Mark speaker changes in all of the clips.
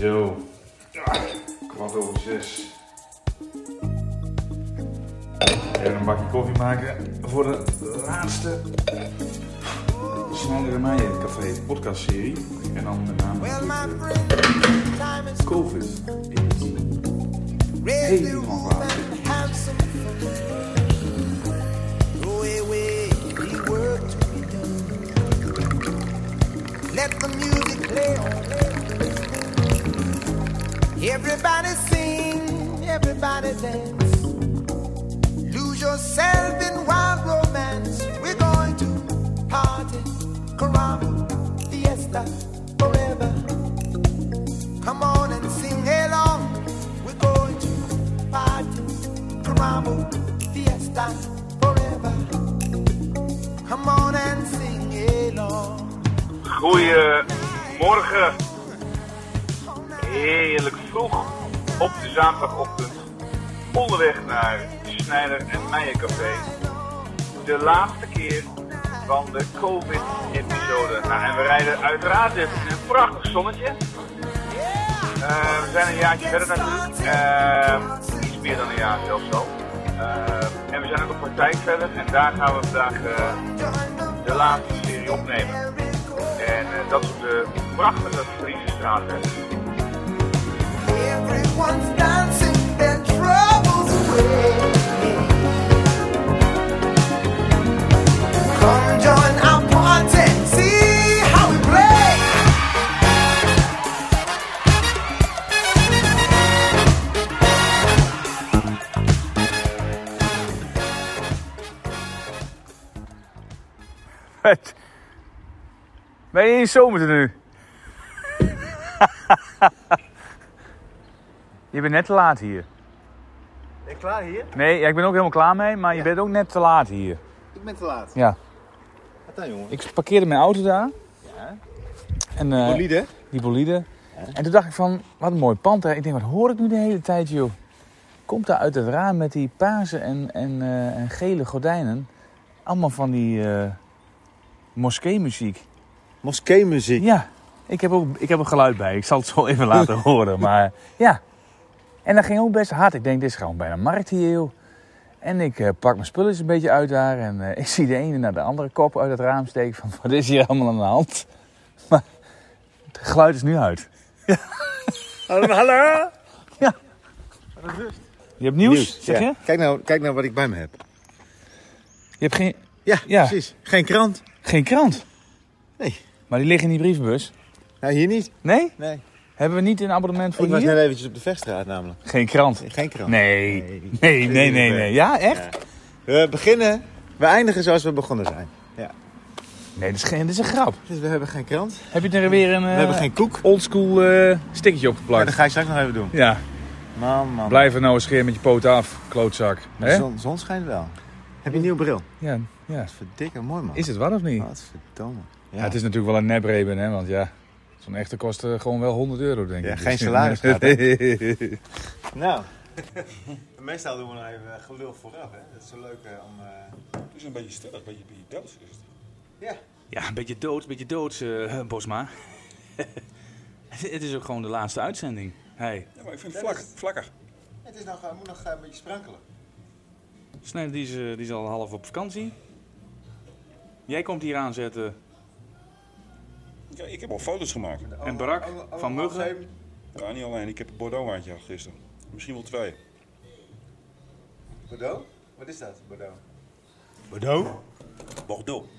Speaker 1: Zo. Ah, Kwart over zes. Even een bakje koffie maken voor de laatste Snijder en Meijer Café podcastserie. En dan met name
Speaker 2: Well, my
Speaker 1: natuurlijk,
Speaker 2: friend, time is
Speaker 1: eh, COVID.
Speaker 2: red,
Speaker 1: Hey,
Speaker 2: blue,
Speaker 1: mama.
Speaker 2: and have some fun. Throw away the work to be done. Let the music play on. Everybody sing, everybody dance. Lose yourself in wild romance. We're going to party, caramba, fiesta, forever. Come on and sing along. We're going to party, caramo, fiesta, forever. Come on and sing along.
Speaker 3: Goedemorgen. Heerlijk vroeg op de zaterdagochtend. Onderweg naar Snijder en Meijercafé. De laatste keer van de COVID-episode. Nou, en we rijden uiteraard even in een prachtig zonnetje. Eh, we zijn een jaartje verder natuurlijk. Eh, iets meer dan een jaar zelfs al. Eh, en we zijn ook op praktijk verder. En daar gaan we vandaag eh, de laatste serie opnemen. En eh, dat is op de prachtige Friese straatweg.
Speaker 2: Everyone's dancing their troubles away. Come join our party, see how we play.
Speaker 4: Vet. Ben je in je zomertenue? nu? je bent net te laat hier.
Speaker 5: Ben je klaar hier?
Speaker 4: Nee, ja, ik ben ook helemaal klaar mee, maar je bent ook net te laat hier.
Speaker 5: Ik ben te laat.
Speaker 4: Ja.
Speaker 5: Wat dan, jongen?
Speaker 4: Ik parkeerde mijn auto daar. En, eh,
Speaker 5: Bolide?
Speaker 4: Die bolide. En toen dacht ik van, wat een mooi pand hè. Ik denk, wat hoor ik nu de hele tijd joh. Komt daar uit het raam met die paarse en, en, eh, en gele gordijnen. Allemaal van die eh moskeemuziek.
Speaker 5: Moskeemuziek.
Speaker 4: Ja, ik heb, ook, ik heb een geluid bij. Ik zal het zo even laten horen. Maar ja. En dat ging ook best hard. Ik denk, dit is gewoon bijna markt hier, joh. En ik eh, pak mijn spulletjes een beetje uit daar. En eh, ik zie de ene naar de andere kop uit het raam steken. Van, wat is hier allemaal aan de hand? Maar het geluid is nu uit.
Speaker 5: Hallo, hallo!
Speaker 4: Je hebt nieuws, zeg
Speaker 5: ja.
Speaker 4: je?
Speaker 5: Kijk, nou, kijk nou wat ik bij me heb.
Speaker 4: Je hebt geen,
Speaker 5: Ja,
Speaker 4: Ja.
Speaker 5: precies. Geen krant.
Speaker 4: geen krant.
Speaker 5: Nee.
Speaker 4: Maar die liggen in die brievenbus.
Speaker 5: Nou, hier niet.
Speaker 4: Nee?
Speaker 5: Nee.
Speaker 4: Hebben we niet een abonnement voor
Speaker 5: ik was
Speaker 4: hier?
Speaker 5: net eventjes op de Vechtstraat namelijk.
Speaker 4: Geen krant.
Speaker 5: Geen krant.
Speaker 4: Nee. Nee, nee, nee, nee. Ja, echt?
Speaker 5: We beginnen, we eindigen zoals we begonnen zijn.
Speaker 4: Nee, dat is, geen, dat is een grap.
Speaker 5: Dus we hebben geen krant. We
Speaker 4: Heb je er weer een... We
Speaker 5: hebben geen koek.
Speaker 4: oldschool eh stickertje
Speaker 5: Maar dat
Speaker 4: opgeplakt.
Speaker 5: ga ik straks nog even doen.
Speaker 4: Ja,
Speaker 5: Man, man.
Speaker 4: blijf er nou eens scheer met je poot af, klootzak.
Speaker 5: De
Speaker 4: Hè?
Speaker 5: zon, zon schijnt wel. Heb je een nieuwe bril?
Speaker 4: Ja, ja.
Speaker 5: Dat is verdikke mooi, man.
Speaker 4: Is het waar of niet?
Speaker 5: Wat verdomme.
Speaker 4: Ja, het is natuurlijk wel een nepreben, hè? Want ja, zo'n echte kost eh, gewoon wel 100 euro, denk ik.
Speaker 5: Ja,
Speaker 4: Dus-
Speaker 5: geen salaris gaat,
Speaker 4: nee,
Speaker 5: Nou. Meestal doen we nog even eh, gelul vooraf, hè. Dat is zo leuk eh, om...
Speaker 6: Dus een beetje, stu- een beetje, een beetje dood is het.
Speaker 7: Ja, een beetje dood, een beetje dood, eh, Bosma. het is ook gewoon de laatste uitzending. Hey,
Speaker 6: Ja, maar ik vind het vlak, vlakker.
Speaker 5: Het is nog, eh, moet nog een beetje sprankelen.
Speaker 7: Snijder die is, eh, die is al half op vakantie. Jij komt hier aanzetten.
Speaker 6: Ja, ik heb al foto's gemaakt.
Speaker 7: En Barak
Speaker 4: Oh,
Speaker 7: van Muggen.
Speaker 6: Ja, niet alleen. Ik heb een Bordeaux wijntje gehad gisteren. Misschien wel twee.
Speaker 5: Bordeaux? Wat is dat, Bordeaux?
Speaker 6: Bordeaux.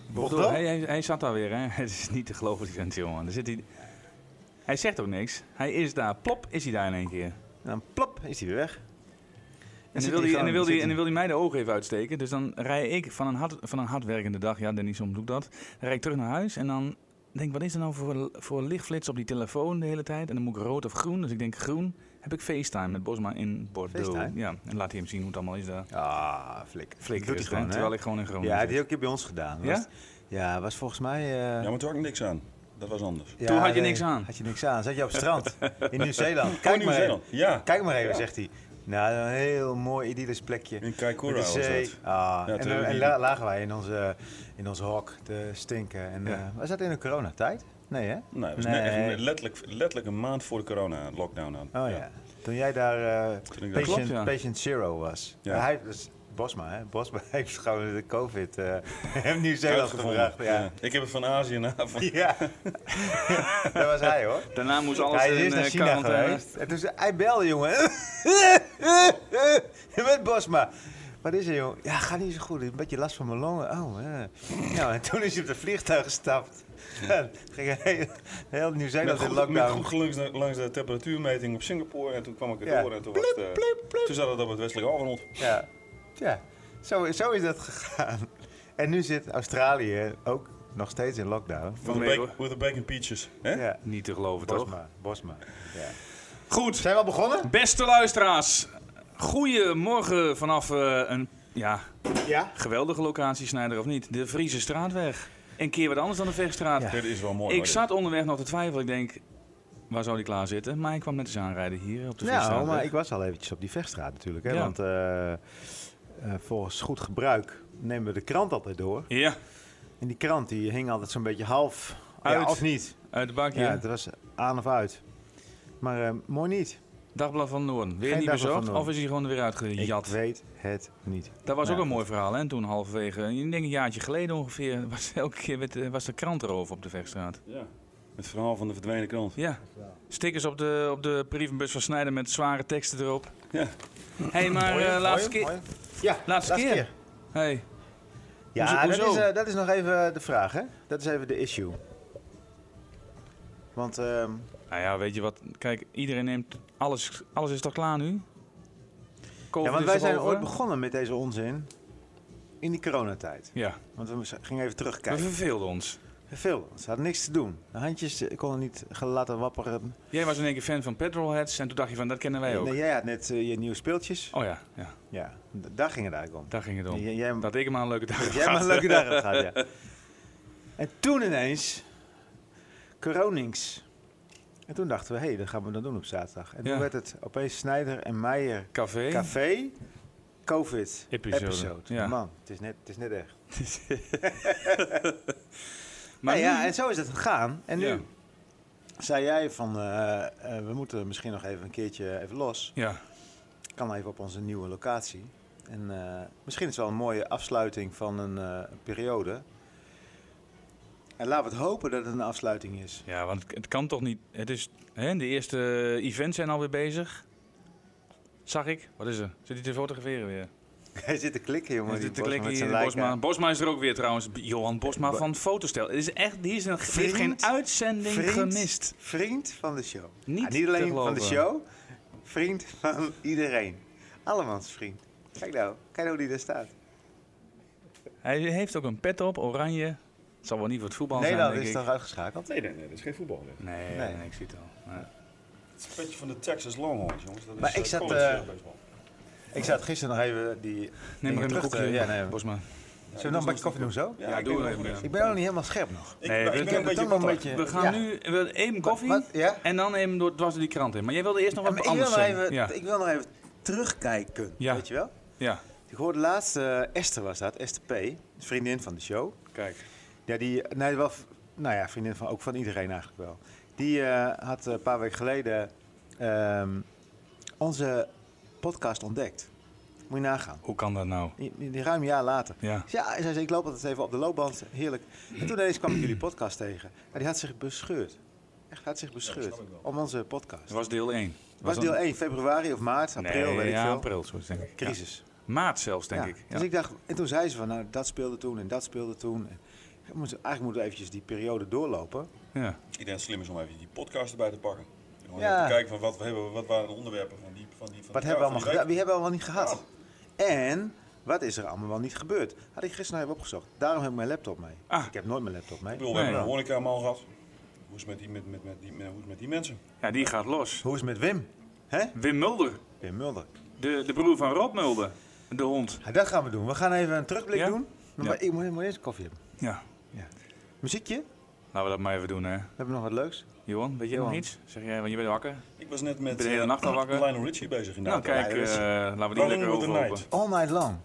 Speaker 7: Bordeaux, Hij, hij, hij zat daar weer, hè? Het is niet te geloven, die vent, jongen. Daar zit hij... hij zegt ook niks. Hij is daar, plop, is hij daar in één keer.
Speaker 5: Dan plop, is hij weer weg.
Speaker 7: En dan, wil hij, en, dan wil hij, en dan wil hij mij de ogen even uitsteken. Dus dan rij ik van een, hard, van een hardwerkende dag, ja, Denny, soms doe ik dat. Dan rijd ik terug naar huis en dan denk ik, wat is er nou voor, voor lichtflits op die telefoon de hele tijd? En dan moet ik rood of groen. Dus ik denk groen. Heb ik FaceTime met Bosma in Bordeaux.
Speaker 5: FaceTime?
Speaker 7: Ja, en laat hij hem zien hoe het allemaal is daar.
Speaker 5: Ah, flik.
Speaker 7: Flikker
Speaker 5: Doet hij
Speaker 7: is, hè,
Speaker 5: gewoon, hè?
Speaker 7: terwijl ik gewoon in Groningen
Speaker 5: Ja, die
Speaker 7: zit.
Speaker 5: heb ik een keer bij ons gedaan.
Speaker 7: Ja?
Speaker 5: Was, ja, was volgens mij... eh,
Speaker 6: Ja, maar toen had ik niks aan. Dat was anders.
Speaker 5: ja,
Speaker 7: Toen had je
Speaker 5: nee,
Speaker 7: niks aan.
Speaker 5: Had je niks aan. Zat je op het strand. In Nieuw-Zeeland.
Speaker 6: Oh,
Speaker 5: Kijk maar even.
Speaker 6: Nieuw-Zeeland. Ja.
Speaker 5: Kijk maar even, zegt hij. Nou, een heel mooi idyllisch plekje.
Speaker 6: In Kaikoura
Speaker 5: Met de
Speaker 6: was dat.
Speaker 5: zee. Ah,
Speaker 6: Ja,
Speaker 5: en
Speaker 6: toen
Speaker 5: en
Speaker 6: heb ik-
Speaker 5: la- lagen wij in onze, in onze hok te stinken. En, eh,
Speaker 7: Ja.
Speaker 5: was dat in de coronatijd? Nee, hè?
Speaker 6: Nee, Nou, het was
Speaker 5: Nee.
Speaker 6: net echt net letterlijk, letterlijk een maand voor de corona-lockdown aan.
Speaker 5: Oh ja. Toen jij daar eh,
Speaker 6: Toen ik daar-
Speaker 4: Klopt,
Speaker 5: patient,
Speaker 4: ja.
Speaker 5: patient Zero was.
Speaker 6: Ja.
Speaker 5: Ja. Hij, dus Bosma, hè? Bosma heeft gewoon de COVID eh hem Nieuw-Zeeland
Speaker 6: Uitgevonden.
Speaker 5: gebracht. Ja.
Speaker 6: Ja. Ik heb het van Azië naar... Van,
Speaker 5: Ja. dat was hij hoor.
Speaker 4: Daarna moest alles
Speaker 5: hij is
Speaker 4: in
Speaker 5: eerst naar
Speaker 4: eh,
Speaker 5: China
Speaker 4: quarantaine.
Speaker 5: geweest. En toen zei hij belde, jongen. Met Bosma. Wat is er, jongen? Ja, gaat niet zo goed. Ik heb Een beetje last van mijn longen. Oh, eh. Nou, en toen is hij op de vliegtuig gestapt. En ging heel, heel
Speaker 6: met
Speaker 5: Nieuw-Zeeland in
Speaker 6: goed, met
Speaker 5: lockdown.
Speaker 6: goed geluk langs, de temperatuurmeting op Singapore. En toen kwam ik er
Speaker 5: Ja.
Speaker 6: door en toen, was het, eh, toen zat het op het westelijk Alverland.
Speaker 5: Ja, ja. Zo, zo is dat gegaan. En nu zit Australië ook nog steeds in lockdown.
Speaker 6: With the bacon- with the bacon peaches. Hè?
Speaker 5: Ja,
Speaker 4: Niet te geloven, toch?
Speaker 5: Bosma. Bosma. Ja.
Speaker 4: Goed,
Speaker 5: Zijn we al begonnen?
Speaker 4: beste luisteraars. Goedemorgen vanaf eh, een ja,
Speaker 5: Ja.
Speaker 4: geweldige locatie, Snijder of niet. De Friese Straatweg. Een keer wat anders dan de Vechtstraat.
Speaker 6: Dit is wel mooi.
Speaker 4: Ik
Speaker 6: hoor.
Speaker 4: zat onderweg nog te twijfelen. Ik denk, waar zou die klaar zitten? Maar hij kwam net eens aanrijden hier op de
Speaker 5: Nou,
Speaker 4: Vechtstraat.
Speaker 5: maar ik was al eventjes op die vechtstraat natuurlijk. Hè?
Speaker 4: Ja.
Speaker 5: Want eh, eh, volgens goed gebruik nemen we de krant altijd door.
Speaker 4: Ja,
Speaker 5: En die krant die hing altijd zo'n beetje half. Ja,
Speaker 4: Uit.
Speaker 5: of niet.
Speaker 4: uit de bak
Speaker 5: Ja,
Speaker 4: hier.
Speaker 5: het was aan of uit. Maar eh, mooi niet.
Speaker 4: Dagblad van Noorden. Weer
Speaker 5: Geen
Speaker 4: niet
Speaker 5: Dagblad van
Speaker 4: bezocht?
Speaker 5: Noorden.
Speaker 4: Of is hij gewoon er weer
Speaker 5: Ik
Speaker 4: uitgejat?
Speaker 5: weet het niet.
Speaker 4: Dat was
Speaker 5: Nou,
Speaker 4: ook een mooi verhaal, hè? Toen halverwege, ik denk een jaartje geleden ongeveer, was, elke keer werd, eh, was de krant erover op de Vechtstraat.
Speaker 6: Ja. Het verhaal van de verdwenen krant.
Speaker 4: Ja. Stickers op de, op de brievenbus van Snijder met zware teksten erop.
Speaker 6: Ja.
Speaker 4: hey, maar eh, laatste keer.
Speaker 5: Mooi. Ja,
Speaker 4: Laatste keer. Hey.
Speaker 5: Ja,
Speaker 4: Hoezo-
Speaker 5: Dat,
Speaker 4: hoezo?
Speaker 5: is, eh, dat is nog even de vraag, hè? Dat is even de issue. Want ehm,
Speaker 4: Nou ja, weet je wat? Kijk, iedereen neemt alles. Alles is toch klaar nu? COVID
Speaker 5: ja, want
Speaker 4: is
Speaker 5: wij
Speaker 4: toch
Speaker 5: zijn
Speaker 4: dus over?
Speaker 5: ooit begonnen met deze onzin in die coronatijd.
Speaker 4: Ja,
Speaker 5: Want we gingen even
Speaker 4: we
Speaker 5: terugkijken.
Speaker 4: verveelden ons.
Speaker 5: Veel, ze hadden niks te doen. De handjes eh, konden niet gelaten wapperen.
Speaker 4: Jij was in één keer fan van Petrolheads en toen dacht je van, dat kennen wij ook.
Speaker 5: Nee, jij had net eh, je nieuwe speeltjes.
Speaker 4: Oh ja, ja,
Speaker 5: Ja, d- daar ging het eigenlijk om.
Speaker 4: daar ging het om.
Speaker 5: J- jij,
Speaker 4: Dat ik hem aan een leuke dag heb
Speaker 5: jij maar
Speaker 4: gehad.
Speaker 5: een leuke dag hebt gehad, ja. En toen ineens, Coronings. En toen dachten we, hé, dat gaan we dan doen op zaterdag. En toen
Speaker 4: Ja.
Speaker 5: werd het opeens Snijder en Meijer
Speaker 4: Café.
Speaker 5: Café, COVID,
Speaker 4: Episode.
Speaker 5: episode.
Speaker 4: Ja.
Speaker 5: Man, het is net, het is net echt.
Speaker 4: Maar
Speaker 5: Maar
Speaker 4: nu-
Speaker 5: Nou ja, en zo is het gegaan. En nu
Speaker 4: Ja.
Speaker 5: zei jij van, eh, eh, we moeten misschien nog even een keertje even los.
Speaker 4: Ja,
Speaker 5: Kan even op onze nieuwe locatie. En eh, misschien is het wel een mooie afsluiting van een eh, periode. En laten we het hopen dat het een afsluiting is.
Speaker 4: ja, want het- het kan toch niet. Het is, hè, de eerste eh, events zijn alweer bezig. Zag ik. Wat is er? Zit hij te fotograferen weer?
Speaker 5: Hij zit te klikken, jongen.
Speaker 4: Hij
Speaker 5: die
Speaker 4: zit te
Speaker 5: Bosma
Speaker 4: klikken hier.
Speaker 5: met zijn
Speaker 4: in
Speaker 5: Leica.
Speaker 4: Bosma. Bosma is er ook weer trouwens. B- Johan Bosma
Speaker 5: Bo-
Speaker 4: van Fotostel. Het is echt, die is een, die heeft
Speaker 5: Vriend.
Speaker 4: geen uitzending
Speaker 5: Vriend.
Speaker 4: gemist.
Speaker 5: Vriend van de show.
Speaker 4: Niet
Speaker 5: Ah, niet alleen
Speaker 4: te
Speaker 5: van de
Speaker 4: geloven.
Speaker 5: show, vriend van iedereen. Allemans vriend. Kijk nou, kijk nou hoe die daar staat.
Speaker 4: Hij heeft ook een pet op, oranje. Het zal wel niet voor het voetbal zijn,
Speaker 5: Nederland
Speaker 4: denk
Speaker 5: nou, is
Speaker 4: ik.
Speaker 5: toch uitgeschakeld?
Speaker 6: Nee, nee, nee, dat is geen voetbal. dit.
Speaker 4: Nee,
Speaker 5: Nee.
Speaker 4: nee, ik zie het al. Nee.
Speaker 6: Het is een beetje van de Texas Longhorns, jongens. Dat is,
Speaker 5: Maar ik
Speaker 6: eh,
Speaker 5: zat,
Speaker 6: college,
Speaker 5: eh,
Speaker 6: eh, baseball.
Speaker 5: Ik zat gisteren nog even die...
Speaker 4: Neem maar
Speaker 5: dingen
Speaker 4: even een
Speaker 5: terug
Speaker 4: koekje,
Speaker 5: te- Ja, nee.
Speaker 4: Bosma.
Speaker 5: Zullen we nog een bakje koffie doen zo?
Speaker 4: Ja,
Speaker 6: ik
Speaker 4: doe maar
Speaker 6: denk wel
Speaker 4: even.
Speaker 6: goed.
Speaker 5: Ik ben ook niet helemaal scherp nog.
Speaker 6: Ik-
Speaker 4: Nee,
Speaker 6: ik
Speaker 4: we-
Speaker 6: ben een
Speaker 5: heb
Speaker 6: beetje
Speaker 5: toch nog een
Speaker 6: contact.
Speaker 5: beetje...
Speaker 4: We gaan
Speaker 5: Ja.
Speaker 4: nu we willen even koffie
Speaker 5: Wat? Ja?
Speaker 4: en dan even door, dwars door die krant heen. Maar jij wilde eerst nog
Speaker 5: Ja,
Speaker 4: wat
Speaker 5: maar ik, wil
Speaker 4: anders
Speaker 5: nog
Speaker 4: zeggen.
Speaker 5: even,
Speaker 4: ja.
Speaker 5: ik wil nog even terugkijken,
Speaker 4: Ja.
Speaker 5: weet je wel?
Speaker 4: ja,
Speaker 5: Ik hoorde laatst, eh, Esther was dat, Esther P., vriendin van de show.
Speaker 4: kijk.
Speaker 5: Ja, die, nee, wel, v- nou ja, vriendin van, ook van iedereen eigenlijk wel. Die eh, had een paar weken geleden ehm, onze podcast ontdekt. Moet je nagaan.
Speaker 4: Hoe kan dat nou?
Speaker 5: Die, die ruim een jaar later.
Speaker 4: Ja.
Speaker 5: Dus ja, en zij zei, ik loop altijd even op de loopband. Heerlijk. En toen ineens kwam ik jullie podcast tegen. Maar die had zich bescheurd. Echt, had zich bescheurd. om onze podcast.
Speaker 4: Het was deel 1.
Speaker 5: was deel 1, februari of maart, april,
Speaker 4: nee,
Speaker 5: weet ik
Speaker 4: ja,
Speaker 5: veel.
Speaker 4: april, zo denk ik. Ja.
Speaker 5: Crisis.
Speaker 4: Maart zelfs, denk
Speaker 5: Ja,
Speaker 4: ik. Ja.
Speaker 5: Dus ik dacht, en toen zei ze van, nou, dat speelde toen en dat speelde toen. En we moeten- eigenlijk moeten we eventjes die periode doorlopen.
Speaker 4: Ja.
Speaker 6: Iedereen slim is om even die podcast erbij te pakken. Gewoon
Speaker 5: Ja.
Speaker 6: even te kijken van wat, we hebben, wat waren de onderwerpen van die... Van die van
Speaker 5: Wat
Speaker 6: die-
Speaker 5: hebben we
Speaker 6: van
Speaker 5: allemaal gedaan?
Speaker 6: die
Speaker 5: Wie hebben we allemaal niet gehad? En wat is er allemaal wel niet gebeurd? Had ik gisteren even opgezocht. Daarom heb ik mijn laptop mee.
Speaker 4: Ah.
Speaker 5: Ik heb nooit mijn laptop mee.
Speaker 6: Ik bedoel, we hebben
Speaker 4: Nee.
Speaker 6: een horecaman gehad. Hoe is het met die, met, met, met die, met- hoe is het met die mensen?
Speaker 4: ja, die gaat los.
Speaker 5: Hoe is het met Wim? Hè?
Speaker 4: Wim Mulder,
Speaker 5: Wim Mulder.
Speaker 4: de, de broer van Rob Mulder, de hond.
Speaker 5: Ja, dat gaan we doen. We gaan even een terugblik
Speaker 4: Ja?
Speaker 5: doen. Maar
Speaker 4: Ja.
Speaker 5: ik moet, ik moet eerst koffie hebben.
Speaker 4: Ja,
Speaker 5: Muziekje?
Speaker 4: laten we dat maar even doen, hè.
Speaker 5: We hebben nog wat leuks.
Speaker 4: Johan, weet je nog
Speaker 5: Johan. Nou,
Speaker 4: iets? Zeg jij, want je bent wakker.
Speaker 6: Ik was net met
Speaker 4: Ben je de hele
Speaker 6: eh,
Speaker 4: nacht al wakker?
Speaker 6: Lionel Richie bezig in de
Speaker 4: nou,
Speaker 6: auto.
Speaker 4: kijk,
Speaker 6: Ja, dat is-
Speaker 4: eh, laten we die
Speaker 6: Rolling
Speaker 4: lekker
Speaker 6: with the
Speaker 4: overlopen.
Speaker 6: night.
Speaker 5: All night long.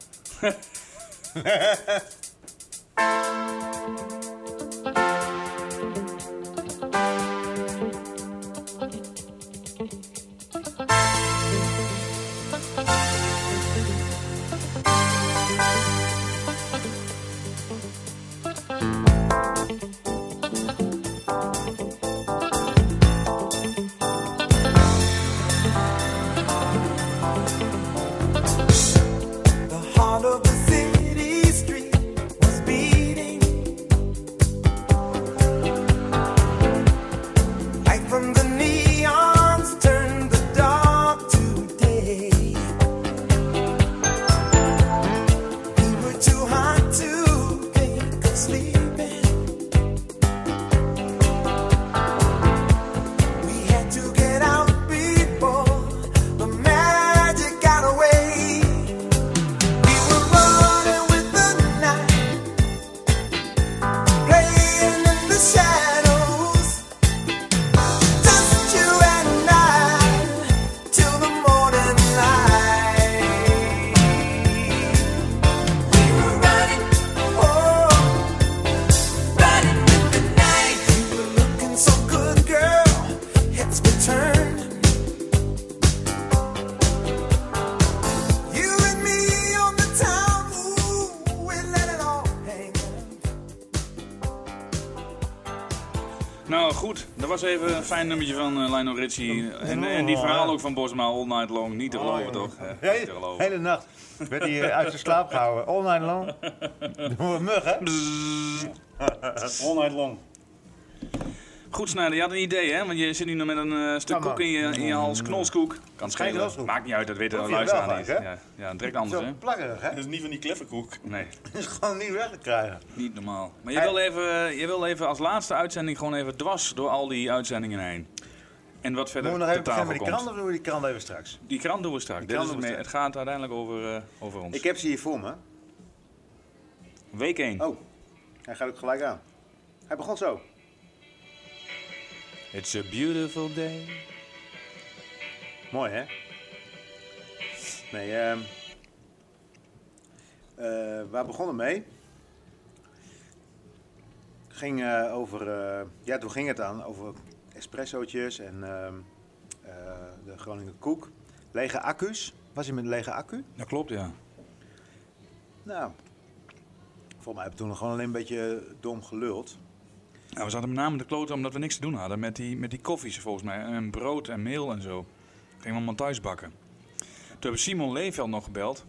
Speaker 2: The heart of the city street was beating. Light from the neons turned the dark to day. We were too hot to think of sleeping. We had to get out before the magic got away. We were running with the night, playing in the shadows. Just you and I till the morning light. We were running, oh, running with the night. You were looking so good, girl. Heads were turned. You and me on the town, ooh, we let it all hang
Speaker 4: Nou goed, dat was even een fijn nummertje van eh, Lionel Richie. En, en die verhaal ook van Bosma, All Night Long. Niet te
Speaker 5: Oh,
Speaker 4: geloven toch? Eh, Niet te
Speaker 5: Hele,
Speaker 4: geloven.
Speaker 5: hele nacht werd hij eh, uit zijn slaap gehouden. All night long. Door een mug, hè?
Speaker 6: All night long.
Speaker 4: Goed Snijder, je had een idee hè? Want je zit nu nog met een eh, stuk
Speaker 5: Ja, maar-
Speaker 4: koek in je, in je hals. Knolskoek. Mm. Kan schelen.
Speaker 5: knolskoek.
Speaker 4: Maakt niet uit, dat weten
Speaker 5: Proef
Speaker 4: de
Speaker 5: je
Speaker 4: luisteraar
Speaker 5: wel
Speaker 4: niet.
Speaker 5: gelijk, hè?
Speaker 4: Ja, ja, direct anders hè?
Speaker 5: Zo plakkerig, hè?
Speaker 6: Dat is niet van die klefferkoek.
Speaker 4: Nee,
Speaker 5: Dat is gewoon niet weg te krijgen.
Speaker 4: niet normaal. Maar je wil, even, eh, je wil even als laatste uitzending gewoon even dwars door al die uitzendingen heen. En wat verder
Speaker 5: Moeten we nog
Speaker 4: te tafel
Speaker 5: even beginnen met die
Speaker 4: komt.
Speaker 5: krant of doen we die krant even straks?
Speaker 4: Die krant doen we straks. Dit
Speaker 5: krant
Speaker 4: is het,
Speaker 5: doen we
Speaker 4: mee. het gaat uiteindelijk over, eh, over ons.
Speaker 5: Ik heb ze hier voor me.
Speaker 4: Week 1.
Speaker 5: Oh, hij gaat ook gelijk aan. Hij begon zo.
Speaker 4: It's a beautiful day.
Speaker 5: Mooi, hè? Nee, ehm eh, waar begonnen mee? Ging eh, over, eh, ja, toen ging het aan over espressootjes en ehm, eh, de Groningen koek. Lege accu's. Was hij met een lege accu?
Speaker 4: Dat klopt, ja.
Speaker 5: Nou, volgens mij hebben we toen nog gewoon alleen een beetje dom geluld.
Speaker 4: Nou, we zaten met name de kloten omdat we niks te doen hadden met die, met die koffies volgens mij. En brood en meel en zo. Gingen we allemaal thuis bakken. Toen hebben we Simon Leefveld nog gebeld.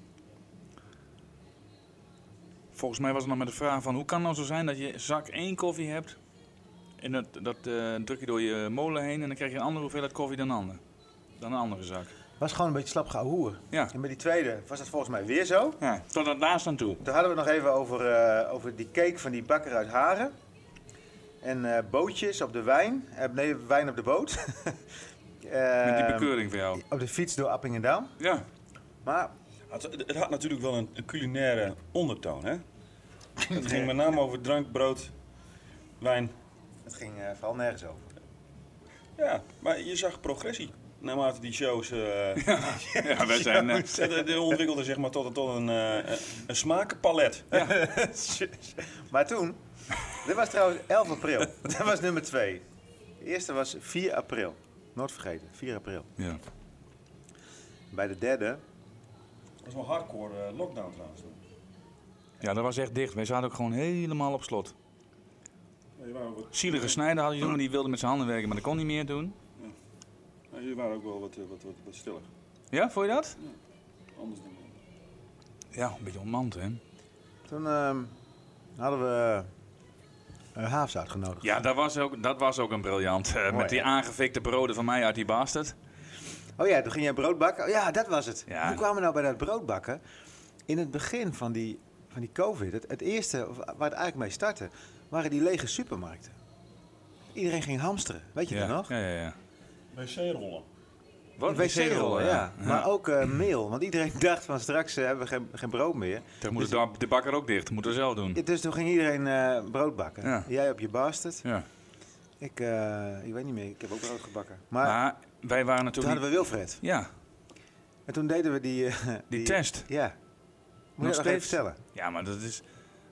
Speaker 4: Volgens mij was het nog met de vraag van hoe kan het nou zo zijn dat je zak één koffie hebt. En dat, dat eh, druk je door je molen heen en dan krijg je een andere hoeveelheid koffie dan een ander. Dan een andere zak.
Speaker 5: Was gewoon een beetje slap gehoer.
Speaker 4: Ja.
Speaker 5: En bij die tweede was dat volgens mij weer zo.
Speaker 4: ja. Tot het laatst aan toe.
Speaker 5: Toen hadden we het nog even over, eh, over die cake van die bakker uit Haren. En eh, bootjes op de wijn. Eh, nee, wijn op de boot.
Speaker 4: Met die
Speaker 5: Ehm,
Speaker 4: bekeuring voor jou.
Speaker 5: Op de fiets door Appingedam.
Speaker 4: Ja.
Speaker 5: Maar
Speaker 6: Het, het had natuurlijk wel een, een culinaire ondertoon, hè? Het ging met name over drank, brood, wijn.
Speaker 5: het ging eh, vooral nergens over.
Speaker 6: Ja, maar je zag progressie. Naarmate die shows eh,
Speaker 4: Ja, wij zijn... eh,
Speaker 6: het- het ontwikkelde zeg maar tot, tot een, eh, een- een smakenpalet.
Speaker 5: Maar toen, dit was trouwens 11 april. Dat was nummer 2. De eerste was 4 april. Nooit vergeten, 4 april.
Speaker 4: ja.
Speaker 5: Bij de derde,
Speaker 6: Dat is wel hardcore eh, lockdown trouwens. hoor.
Speaker 4: ja, dat was echt dicht. Wij zaten ook gewoon helemaal op slot.
Speaker 6: Ja, je waren ook wat-
Speaker 4: Zielige snijder had je toen, maar die wilde met zijn handen werken, maar dat kon niet meer doen.
Speaker 6: ja, Jullie waren ook wel wat, eh, wat, wat, wat stiller.
Speaker 4: Ja, vond je dat?
Speaker 6: Anders dan
Speaker 4: Ja, een beetje onmand, hè?
Speaker 5: toen ehm, hadden we eh Haafs uitgenodigd.
Speaker 4: Ja, dat was ook, dat was ook een briljant. eh,
Speaker 5: Mooi,
Speaker 4: met die
Speaker 5: hè?
Speaker 4: aangefikte broden van mij uit die bastard.
Speaker 5: Oh ja, toen ging jij brood bakken. Oh ja, dat was het.
Speaker 4: Ja.
Speaker 5: Hoe kwamen we nou bij dat brood bakken? In het begin van die, van die COVID, het, het eerste wa- waar het eigenlijk mee startte, waren die lege supermarkten. Iedereen ging hamsteren, weet je
Speaker 4: ja.
Speaker 5: dat nog?
Speaker 4: Ja, ja, ja.
Speaker 6: Wc-rollen.
Speaker 4: Wat
Speaker 5: Wc-rollen, ja.
Speaker 4: Maar
Speaker 5: Maar ook eh meel, want iedereen dacht van straks eh, hebben we geen, geen brood meer.
Speaker 4: dan moet de, de bakker ook dicht, moet dat zelf doen.
Speaker 5: Ja, Dus toen ging iedereen eh, brood bakken.
Speaker 4: Ja.
Speaker 5: Jij op je bastard.
Speaker 4: Ja.
Speaker 5: Ik, eh, ik weet niet meer, ik heb ook brood gebakken. Maar,
Speaker 4: Maar wij waren
Speaker 5: toen
Speaker 4: natuurlijk.
Speaker 5: hadden we Wilfred.
Speaker 4: niet- Ja,
Speaker 5: En toen deden we die... eh,
Speaker 4: die test.
Speaker 5: Ja.
Speaker 4: Nog
Speaker 5: Moet je dat nog
Speaker 4: steeds?
Speaker 5: even vertellen?
Speaker 4: Ja, maar dat is.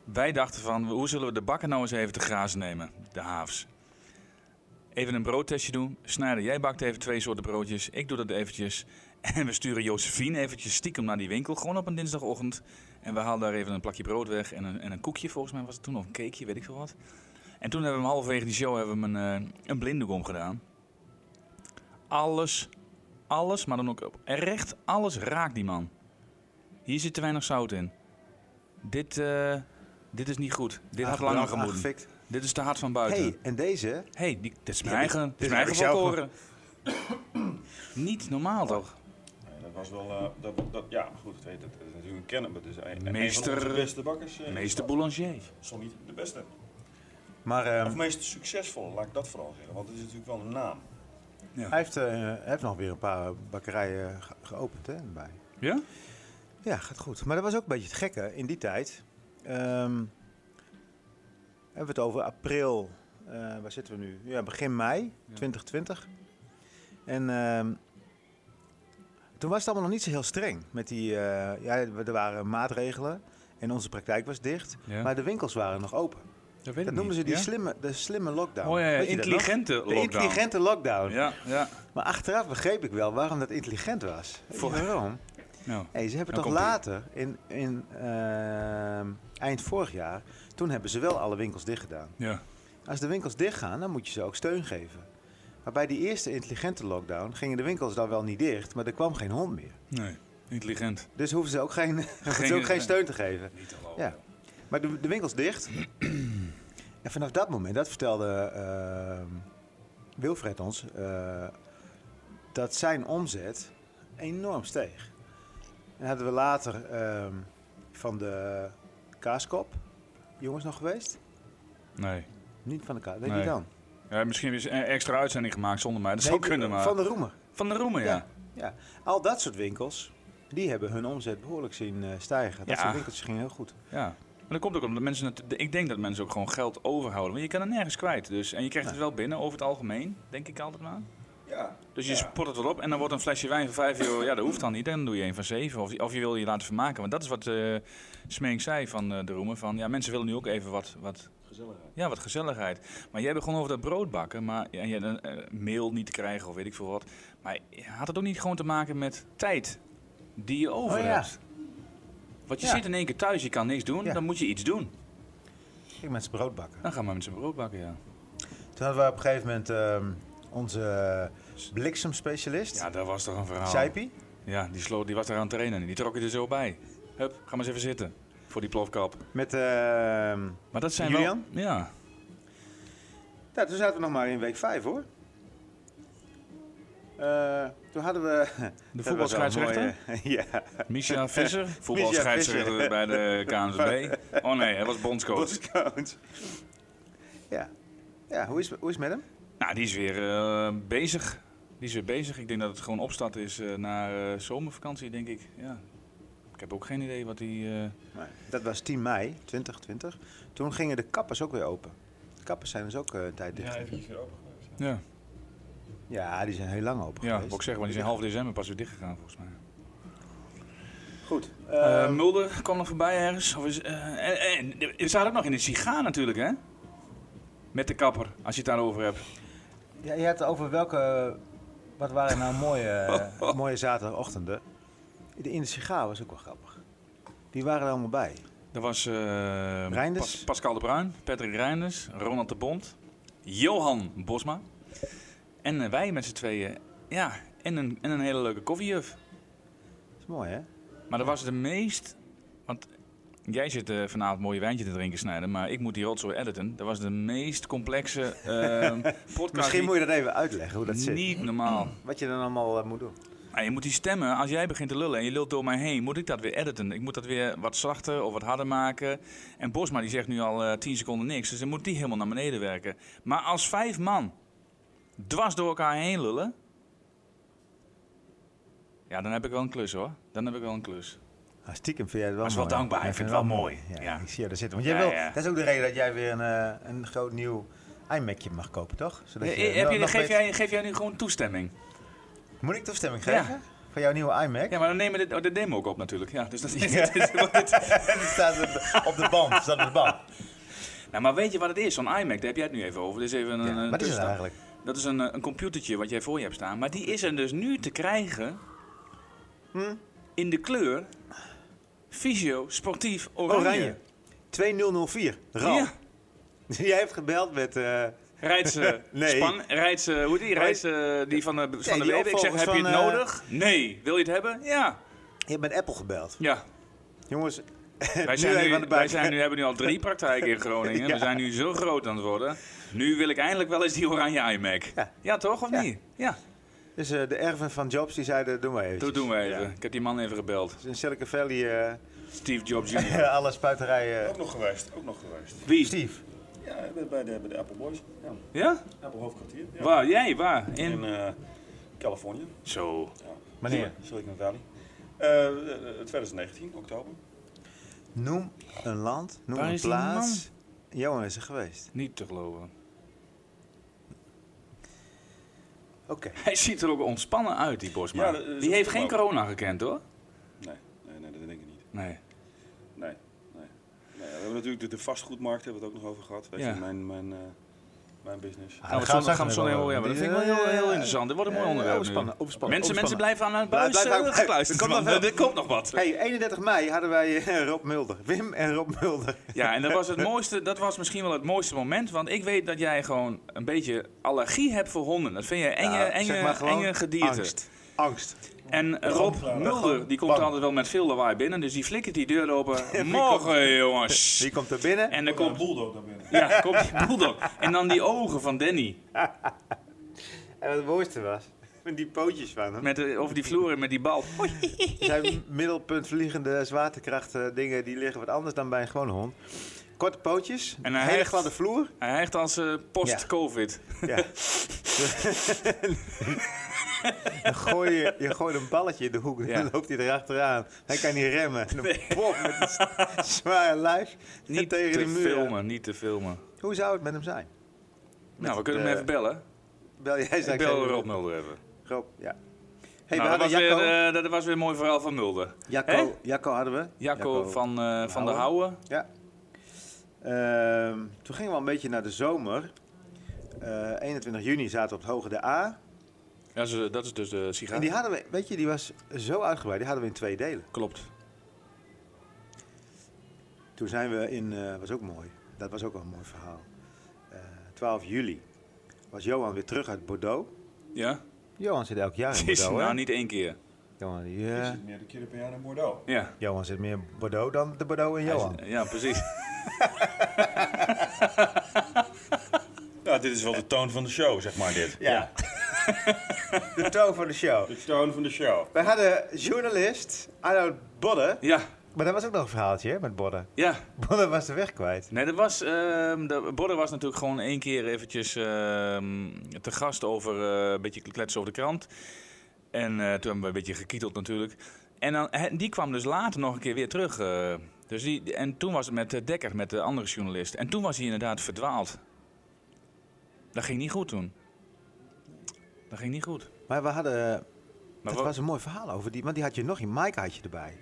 Speaker 4: Wij dachten van, hoe zullen we de bakker nou eens even te grazen nemen? De haafs. Even een broodtestje doen. Snijder, jij bakt even twee soorten broodjes. Ik doe dat eventjes. En we sturen Josephine eventjes stiekem naar die winkel. Gewoon op een dinsdagochtend. En we haalden daar even een plakje brood weg en een, en een koekje, volgens mij was het toen, of een cakeje, weet ik veel wat. En toen hebben we hem halverwege die show hebben we hem een, eh, een blinddoek omgedaan. Alles, alles, maar dan ook op- recht alles raakt die man. Hier zit te weinig zout in. Dit, eh, dit is niet goed. Dit had langer gemoeten.
Speaker 5: Aangefikt.
Speaker 4: Dit is te hard van buiten.
Speaker 5: hey, en deze?
Speaker 4: Hey, die, dit is mijn
Speaker 5: Ja,
Speaker 4: eigen,
Speaker 5: dit-
Speaker 4: dit
Speaker 5: dit
Speaker 4: is mijn eigen
Speaker 5: heb ik zelf
Speaker 4: volkoren. Niet normaal toch?
Speaker 6: Nee, dat was wel. eh, dat, dat, dat- ja, maar goed, het heet het. Het is natuurlijk een kenner, maar het is een, een
Speaker 4: Meester-
Speaker 6: van onze beste bakkers. eh,
Speaker 4: Meester Boulanger.
Speaker 6: Zo niet de beste.
Speaker 5: Maar ehm,
Speaker 6: Of meest succesvolle, laat ik dat vooral zeggen. Want het is natuurlijk wel een naam.
Speaker 5: hij heeft, eh, hij heeft nog weer een paar eh, bakkerijen ge- geopend hè, bij.
Speaker 4: Ja?
Speaker 5: Ja, gaat goed. Maar dat was ook een beetje het gekke in die tijd. ehm, hebben we het over april. eh, waar zitten we nu? Ja, begin mei 2020. En ehm, toen was het allemaal nog niet zo heel streng. Met die, eh, ja, er waren maatregelen en onze praktijk was dicht.
Speaker 4: Ja.
Speaker 5: Maar de winkels waren nog open.
Speaker 4: Dat weet
Speaker 5: Dat noemden ze die slimme, de slimme lockdown.
Speaker 4: Oh ja, ja,
Speaker 5: Weet je dat nog?
Speaker 4: intelligente
Speaker 5: De
Speaker 4: lockdown.
Speaker 5: intelligente lockdown.
Speaker 4: Ja, ja.
Speaker 5: Maar achteraf begreep ik wel waarom dat intelligent was. Weet je
Speaker 4: Voor-
Speaker 5: waarom?
Speaker 4: Nou,
Speaker 5: Hey, ze hebben
Speaker 4: Dan
Speaker 5: toch
Speaker 4: komt-ie.
Speaker 5: later, in, in, ehm, eind vorig jaar, toen hebben ze wel alle winkels dicht gedaan.
Speaker 4: ja.
Speaker 5: Als de winkels dicht gaan, dan moet je ze ook steun geven. Maar bij die eerste intelligente lockdown gingen de winkels dan wel niet dicht, maar er kwam geen hond meer.
Speaker 4: Nee, intelligent.
Speaker 5: Dus hoeven ze ook geen, hoefden ze ook geen steun te geven. Ja. Maar de, de winkels dicht. en vanaf dat moment, dat vertelde ehm, Wilfred ons, eh, dat zijn omzet enorm steeg. En hadden we later ehm, van de kaaskop jongens nog geweest?
Speaker 4: Nee.
Speaker 5: Niet van de kaas, weet
Speaker 4: Nee.
Speaker 5: je dan?
Speaker 4: Ja, misschien hebben ze een extra uitzending gemaakt zonder mij. Dat zou
Speaker 5: Nee,
Speaker 4: kunnen, maar...
Speaker 5: Van de Roemer.
Speaker 4: Van de Roemen, ja.
Speaker 5: Ja. Ja. Al dat soort winkels, die hebben hun omzet behoorlijk zien eh, stijgen. Dat
Speaker 4: Ja.
Speaker 5: soort winkels gingen heel goed.
Speaker 4: Ja. Maar dat komt ook omdat mensen... het- Ik denk dat mensen ook gewoon geld overhouden. Want je kan het nergens kwijt. Dus. En je krijgt het wel binnen, over het algemeen. Denk ik altijd maar.
Speaker 6: Ja.
Speaker 4: Dus je spot het wel op en dan wordt een flesje wijn van 5 euro. Ja, dat hoeft dan niet. Dan doe je een van 7. Of, of je wil je laten vermaken. Want dat is wat eh Smeek zei van eh, de Roemen. Van ja, mensen willen nu ook even wat, wat. Gezelligheid. Ja, wat gezelligheid. Maar jij begon over dat brood bakken. Maar ja, ja, dan, eh, mail niet te krijgen of weet ik veel wat. Maar had het ook niet gewoon te maken met tijd die je over
Speaker 5: Oh ja.
Speaker 4: hebt? Want je
Speaker 5: Ja.
Speaker 4: zit in één keer thuis, je kan niks doen.
Speaker 5: Ja.
Speaker 4: Dan moet je iets doen.
Speaker 5: Ging mensen brood bakken.
Speaker 4: Dan gaan we maar met z'n brood bakken, ja.
Speaker 5: Toen hadden we op een gegeven moment ehm, onze bliksemspecialist,
Speaker 4: Ja, dat was toch een verhaal.
Speaker 5: Saipi.
Speaker 4: Ja, die, sloot, die was eraan het trainen en die trok je er zo bij. Hup, ga maar eens even zitten voor die plofkap.
Speaker 5: Met, ehm
Speaker 4: Maar dat zijn
Speaker 5: Julian?
Speaker 4: wel... Ja.
Speaker 5: nou, toen zaten we nog maar in week 5 hoor. Eh, toen hadden we...
Speaker 4: De
Speaker 5: dat was wel een
Speaker 4: voetbalscheidsrechter?
Speaker 5: mooie- ja,
Speaker 4: Micha Visser, voetbalscheidsrechter
Speaker 5: Visser.
Speaker 4: bij de KNSB. Oh nee, hij was bondscoach.
Speaker 5: bondscoach. ja. Ja, hoe is, hoe is het met hem?
Speaker 4: Nou, die is weer eh, bezig. Die is weer bezig. Ik denk dat het gewoon opstart is eh, na eh, zomervakantie, denk ik. Ja. Ik heb ook geen idee wat hij... eh,
Speaker 5: Dat was 10 mei 2020. Toen gingen de kappers ook weer open. De kappers zijn dus ook eh, een tijd dicht.
Speaker 6: Ja,
Speaker 5: Ja,
Speaker 6: eventjes weer open geweest.
Speaker 4: Ja,
Speaker 5: die zijn heel lang open
Speaker 4: ja
Speaker 5: geweest.
Speaker 4: wat ik zeg, want die zijn half december pas weer dichtgegaan volgens mij.
Speaker 5: Goed.
Speaker 4: Eh,
Speaker 5: Ehm,
Speaker 4: Mulder kwam nog voorbij ergens. Of is, eh, en, en er staat ook nog in een sigaar natuurlijk, hè? Met de kapper, als je het daarover hebt.
Speaker 5: Ja, je had het over welke. Wat waren nou mooie, mooie zaterdagochtenden? De in de sigaar was ook wel grappig. Die waren er allemaal bij.
Speaker 4: Dat was eh,
Speaker 5: Reinders.
Speaker 4: Pas- Pascal de Bruin, Patrick Reinders, Ronald de Bond, Johan Bosma. En eh, wij met z'n tweeën. Ja, en een, en een hele leuke koffiejuf.
Speaker 5: Dat is mooi, hè?
Speaker 4: Maar dat was de meest... Want jij zit eh, vanavond mooie wijntje te drinken snijden, maar ik moet die rotzooi editen. Dat was de meest complexe eh, podcast.
Speaker 5: Misschien
Speaker 4: die-
Speaker 5: moet je dat even uitleggen hoe dat zit.
Speaker 4: Niet normaal.
Speaker 5: Wat je dan allemaal eh, moet doen.
Speaker 4: Maar je moet die stemmen, als jij begint te lullen en je lult door mij heen, moet ik dat weer editen. Ik moet dat weer wat zachter of wat harder maken. En Bosma die zegt nu al eh 10 seconden niks, dus dan moet die helemaal naar beneden werken. Maar als vijf man dwars door elkaar heen lullen, ja, dan heb ik wel een klus hoor. Dan heb ik wel een klus.
Speaker 5: Ah, stiekem vind jij het wel
Speaker 4: Dat is wel
Speaker 5: mooi.
Speaker 4: dankbaar.
Speaker 5: Ja,
Speaker 4: Ik vind het wel mooi.
Speaker 5: Ja,
Speaker 4: Ja.
Speaker 5: Ik zie jou daar zitten. Want jij
Speaker 4: Ja,
Speaker 5: wil,
Speaker 4: ja.
Speaker 5: dat is ook de reden dat jij weer een, eh, een groot nieuw iMacje mag kopen, toch? Zodat
Speaker 4: Eh, eh, heb
Speaker 5: nog-
Speaker 4: je,
Speaker 5: nog
Speaker 4: geef,
Speaker 5: beter-
Speaker 4: jij, geef jij nu gewoon toestemming?
Speaker 5: Moet ik toestemming
Speaker 4: Ja.
Speaker 5: geven? Voor jouw nieuwe iMac?
Speaker 4: Ja, maar dan nemen we dit, oh, de demo ook op natuurlijk. Ja, dus dat is, dit is- dit-
Speaker 5: en het staat op de- op de band. staat op de band.
Speaker 4: Nou, maar weet je wat het is? Zo'n iMac, daar heb jij het nu even over. Dit is even een,
Speaker 5: Ja,
Speaker 4: een
Speaker 5: wat is het
Speaker 4: tussenstap.
Speaker 5: eigenlijk?
Speaker 4: Dat is een, eh, een computertje wat jij voor je hebt staan. Maar
Speaker 5: Hm?
Speaker 4: die is er dus nu te krijgen in de kleur Fysio, sportief, oranje.
Speaker 5: Oranje. 2004. Ral.
Speaker 4: Ja.
Speaker 5: Jij hebt gebeld met... eh,
Speaker 4: Rijdt ze,
Speaker 5: Nee.
Speaker 4: span, rijdt ze, hoe die, rijdt ze die van de, van de
Speaker 5: die
Speaker 4: Weden. Ik zeg,
Speaker 5: opvolgers
Speaker 4: heb je het
Speaker 5: van, eh,
Speaker 4: nodig? Nee. Wil je het hebben? Ja.
Speaker 5: je hebt met Apple gebeld.
Speaker 4: Ja.
Speaker 5: Jongens,
Speaker 4: Wij
Speaker 5: nu
Speaker 4: zijn,
Speaker 5: even
Speaker 4: nu,
Speaker 5: aan de bak.
Speaker 4: wij zijn nu, hebben nu al drie praktijken in Groningen.
Speaker 5: Ja.
Speaker 4: We zijn nu zo groot aan het worden. Nu wil ik eindelijk wel eens die oranje iMac.
Speaker 5: Ja.
Speaker 4: Ja, toch? Of
Speaker 5: Ja.
Speaker 4: niet? Ja.
Speaker 5: Dus eh, de erven van Jobs die zeiden, doen we even.
Speaker 4: Dat doen we even. Ik heb die man even gebeld.
Speaker 5: In Silicon Valley, eh,
Speaker 4: Steve Jobs Jr.
Speaker 5: alle spuiterijen.
Speaker 6: Ook nog geweest, ook nog geweest.
Speaker 4: Wie?
Speaker 5: Steve,
Speaker 6: Ja, bij de, bij de, bij de Apple Boys. Ja,
Speaker 4: Ja?
Speaker 6: Apple hoofdkwartier. Ja.
Speaker 4: Waar? Jij? Waar? In?
Speaker 6: In eh, Californië.
Speaker 4: Zo.
Speaker 5: Wanneer?
Speaker 6: Silicon Valley. Eh, eh, 2019, oktober.
Speaker 5: noem een land, noem
Speaker 4: Waar
Speaker 5: een
Speaker 4: is die
Speaker 5: plaats. Johan is er geweest.
Speaker 4: Niet te geloven.
Speaker 5: Oké.
Speaker 4: Hij ziet er ook ontspannen uit, die Bosma.
Speaker 6: Ja, dat is
Speaker 4: die heeft geen
Speaker 6: ongelooflijk.
Speaker 4: corona gekend, hoor.
Speaker 6: Nee, nee, nee, dat denk ik niet.
Speaker 4: Nee. Nou,
Speaker 6: Nee, nee. nee we hebben natuurlijk de, de vastgoedmarkt, hebben we het ook nog over gehad. Weet
Speaker 4: Ja.
Speaker 6: je, mijn, mijn, eh, mijn business.
Speaker 5: Ah,
Speaker 4: Gaan we
Speaker 5: daar
Speaker 4: zo- gaan we
Speaker 5: het
Speaker 4: zo
Speaker 5: nog
Speaker 4: heel-
Speaker 5: even
Speaker 4: ja, maar
Speaker 5: over.
Speaker 4: dat vind ik wel heel,
Speaker 5: Ja,
Speaker 4: heel
Speaker 5: ja,
Speaker 4: interessant. Dit wordt een mooi
Speaker 5: ja,
Speaker 4: onderwerp nu.
Speaker 5: eh, overspannen, overspannen,
Speaker 4: Mensen, mensen
Speaker 5: overspannen.
Speaker 4: blijven aan het
Speaker 5: Blijf-
Speaker 4: buis
Speaker 5: blijf aan-
Speaker 4: eh, gekluisterd.
Speaker 5: Er komt
Speaker 4: want
Speaker 5: nog wel-
Speaker 4: Er komt nog wat.
Speaker 5: Hey, 31 mei hadden wij eh, Rob Mulder. Wim en Rob Mulder.
Speaker 4: Ja, en dat was, het mooiste, dat was misschien wel het mooiste moment. Want ik weet dat jij gewoon een beetje allergie hebt voor honden. Dat vind je enge,
Speaker 5: Nou,
Speaker 4: enge,
Speaker 5: zeg maar gewoon
Speaker 4: enge gedierte.
Speaker 5: Angst. Angst.
Speaker 4: En Rob Mulder, die komt altijd wel met veel lawaai binnen. Dus die flikkert die deur open. Morgen, jongens.
Speaker 5: Die komt er binnen.
Speaker 4: En dan komt,
Speaker 6: Bulldog daar binnen.
Speaker 4: ja, komt die bulldog. En dan die ogen van Danny.
Speaker 5: En wat het mooiste was, met die pootjes van hem.
Speaker 4: Met de, over die vloer en met die bal. Hoi.
Speaker 5: Zijn middelpuntvliegende zwaartekracht eh, dingen, die liggen wat anders dan bij een gewone hond. Korte pootjes,
Speaker 4: En
Speaker 5: een
Speaker 4: hij
Speaker 5: hele
Speaker 4: heeft-
Speaker 5: gladde vloer.
Speaker 4: Hij hecht als eh, post-covid.
Speaker 5: Ja. dan gooi je, je gooit een balletje in de hoek,
Speaker 4: Ja.
Speaker 5: dan loopt hij erachteraan. Hij kan niet remmen. En dan pop met een z- zware lijf
Speaker 4: Niet
Speaker 5: tegen
Speaker 4: te
Speaker 5: de muur.
Speaker 4: filmen, niet te filmen.
Speaker 5: Hoe zou het met hem zijn?
Speaker 4: nou, we kunnen
Speaker 5: eh,
Speaker 4: hem even bellen.
Speaker 5: Bel jij straks
Speaker 4: Ik bel
Speaker 5: even-
Speaker 4: Rob Mulder even.
Speaker 5: Rob, ja. Hey,
Speaker 4: Nou,
Speaker 5: we
Speaker 4: dat, was
Speaker 5: hadden
Speaker 4: weer,
Speaker 5: Jacco.
Speaker 4: eh, dat was weer een mooi verhaal van Mulder.
Speaker 5: Jacco, Jacco hadden we.
Speaker 4: Jacco, van, eh, van de Houwen.
Speaker 5: Ja. Ehm, toen gingen we al een beetje naar de zomer. Eh, 21 juni zaten we op het Hoge de A.
Speaker 4: Dat is, eh, dat is dus de sigaar.
Speaker 5: En die hadden we, weet je, die was zo uitgebreid. Die hadden we in twee delen.
Speaker 4: Klopt.
Speaker 5: Toen zijn we in, eh, was ook mooi. Dat was ook wel een mooi verhaal. Eh, 12 juli was Johan weer terug uit Bordeaux.
Speaker 4: Ja?
Speaker 5: Johan zit elk jaar in
Speaker 4: Het is
Speaker 5: Bordeaux, hè?
Speaker 4: nou niet één keer.
Speaker 5: Johan, die,
Speaker 6: Ik
Speaker 5: eh,
Speaker 6: zit meerdere keren per jaar in Bordeaux.
Speaker 4: Ja.
Speaker 5: Johan zit meer in Bordeaux dan de Bordeaux in Johan.
Speaker 4: Ja, precies.
Speaker 6: Nou, dit is wel de toon van de show, zeg maar dit.
Speaker 5: Ja. de toon van de show.
Speaker 6: De toon van de show.
Speaker 5: Wij hadden journalist Arnoud Bodden.
Speaker 4: Ja.
Speaker 5: Maar dat was ook nog een verhaaltje hè, met Bodden.
Speaker 4: Ja.
Speaker 5: Bodden was de weg kwijt.
Speaker 4: Nee, dat was... ehm de Border was natuurlijk gewoon één keer eventjes ehm, te gast over... eh, een beetje kletsen over de krant. En eh, toen hebben we een beetje gekieteld natuurlijk. En dan, en die kwam dus later nog een keer weer terug. eh. dus die, en toen was het met eh, Dekker, met de andere journalist. En toen was hij inderdaad verdwaald. Dat ging niet goed toen. Dat ging niet goed.
Speaker 5: Maar we hadden.
Speaker 4: Maar
Speaker 5: dat
Speaker 4: wa-
Speaker 5: was een mooi verhaal over die. Want die had je nog in. Maaike had je erbij.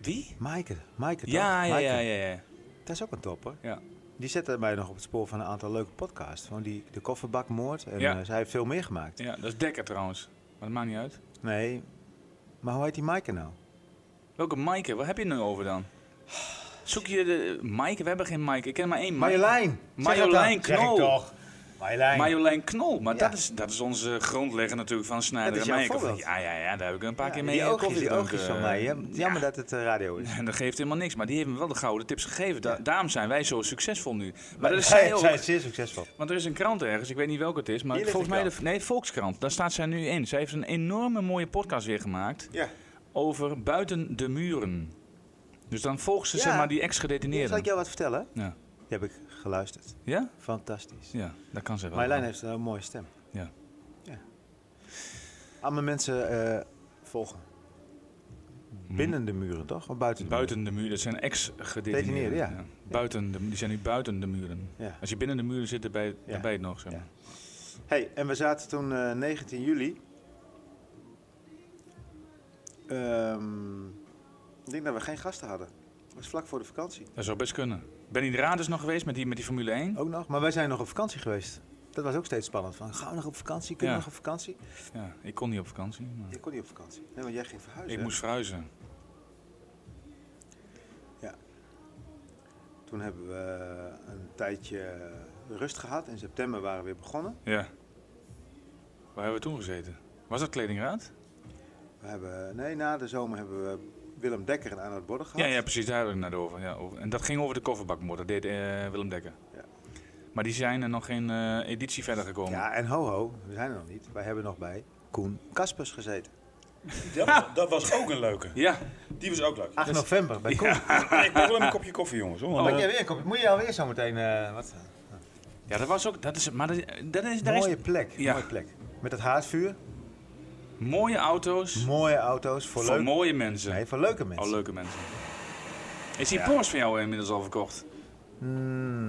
Speaker 4: Wie?
Speaker 5: Maaike. Maaike toch?
Speaker 4: Ja, ja,
Speaker 5: Maaike.
Speaker 4: ja, ja, ja.
Speaker 5: Dat is ook een topper.
Speaker 4: Ja.
Speaker 5: Die zette mij nog op het spoor van een aantal leuke podcasts. Van die De Kofferbakmoord. En
Speaker 4: Ja.
Speaker 5: eh, zij heeft veel meer gemaakt.
Speaker 4: Ja, dat is Dekker trouwens. Maar dat maakt niet uit.
Speaker 5: Nee. Maar hoe heet die Maaike nou?
Speaker 4: Welke Maaike? Waar heb je het nu over dan? Zoek je de... Maaike? We hebben geen Maaike. Ik ken maar één Maaike.
Speaker 5: Marjolein. Zeg het dan.
Speaker 4: Marjolein
Speaker 5: Zeg ik
Speaker 4: Knol.
Speaker 5: toch. Marjolein.
Speaker 4: Marjolein Knol. Maar
Speaker 5: Ja.
Speaker 4: dat, is, dat is onze grondlegger natuurlijk van Snijder
Speaker 5: Dat
Speaker 4: en
Speaker 5: is jouw
Speaker 4: Maaike.
Speaker 5: voorbeeld.
Speaker 4: Ja, ja, ja. Daar heb ik een paar
Speaker 5: Ja,
Speaker 4: keer mee eh,
Speaker 5: die oogjes, die
Speaker 4: koffiedronken.
Speaker 5: oogjes van mij. hè. Jammer dat het eh, radio is.
Speaker 4: En dat geeft helemaal niks. Maar die heeft me wel de gouden tips gegeven. Da- Daarom zijn wij zo succesvol nu. Maar dat is zij
Speaker 5: zij,
Speaker 4: ook.
Speaker 5: zij is zeer succesvol.
Speaker 4: Want er is een krant ergens, ik weet niet welke het is, maar
Speaker 5: Hier ligt
Speaker 4: volgens
Speaker 5: een
Speaker 4: mij de nee, Volkskrant. Daar staat zij nu in. Zij heeft een enorme mooie podcast weer gemaakt
Speaker 5: Ja.
Speaker 4: over buiten de muren. Dus dan volgt ze
Speaker 5: Ja.
Speaker 4: zeg maar die
Speaker 5: Zal ik
Speaker 4: ex-gedetineerden.
Speaker 5: jou wat vertellen?
Speaker 4: Ja.
Speaker 5: Die heb ik geluisterd.
Speaker 4: ja?
Speaker 5: Fantastisch.
Speaker 4: Ja, dat kan ze wel.
Speaker 5: Marjolein heeft een mooie stem.
Speaker 4: Ja.
Speaker 5: ja. Allemaal mensen eh, volgen. Binnen de muren, toch? Of buiten de
Speaker 4: Hm. Buiten de muren, dat zijn ex-gedetineerden.
Speaker 5: Gedetineerden, ja.
Speaker 4: Buiten de, die zijn nu buiten de muren.
Speaker 5: Ja.
Speaker 4: Als je binnen de muren zit, dan ben je-
Speaker 5: Ja.
Speaker 4: dan ben je het nog. Zeg
Speaker 5: Ja.
Speaker 4: maar.
Speaker 5: muren? Hey, en we zaten toen eh, 19 juli. Ehm, ik denk dat we geen gasten hadden. Dat was vlak voor de vakantie.
Speaker 4: Dat zou best kunnen. Ben je de Raders nog geweest met die, met die Formule 1?
Speaker 5: Ook nog, maar wij zijn nog op vakantie geweest. Dat was ook steeds spannend. Van, gaan we nog op vakantie? Kunnen we
Speaker 4: Ja.
Speaker 5: nog op vakantie?
Speaker 4: Ja, ik kon niet op vakantie. Maar
Speaker 5: Je kon niet op vakantie. Nee, want jij ging verhuizen.
Speaker 4: ik
Speaker 5: hè?
Speaker 4: moest verhuizen.
Speaker 5: Toen hebben we een tijdje rust gehad. In september waren we weer begonnen.
Speaker 4: Ja. Waar hebben we toen gezeten? Was dat Kledingraad?
Speaker 5: We hebben, nee, na de zomer hebben we Willem Dekker en Arnold Borg gehad.
Speaker 4: Ja, ja, precies. Daar had ik het net over. Ja, over. En dat ging over de kofferbakmoord. Dat deed eh, Willem Dekker.
Speaker 5: Ja.
Speaker 4: Maar die zijn er nog geen eh, editie verder gekomen.
Speaker 5: Ja, en ho ho, we zijn er nog niet. Wij hebben nog bij Koen Kaspers gezeten.
Speaker 6: Dat, dat was ook een leuke.
Speaker 4: Ja,
Speaker 6: Die was ook leuk.
Speaker 5: 8
Speaker 4: dus-
Speaker 5: november bij Koen. Ah.
Speaker 6: Ik pak wel een kopje koffie, jongens. Hoor.
Speaker 5: Pak Oh, jij weer een kopje? Moet je alweer zo meteen... eh, wat,
Speaker 4: ja dat was ook. Dat is, maar dat, dat is, daar
Speaker 5: mooie
Speaker 4: is
Speaker 5: plek,
Speaker 4: Ja.
Speaker 5: mooie plek. Met het haardvuur,
Speaker 4: mooie auto's voor,
Speaker 5: mooie auto's voor, leuk-
Speaker 4: mooie mensen.
Speaker 5: nee, voor leuke mensen.
Speaker 4: Oh, leuke mensen. Is die Porsche van jou eh, inmiddels al verkocht?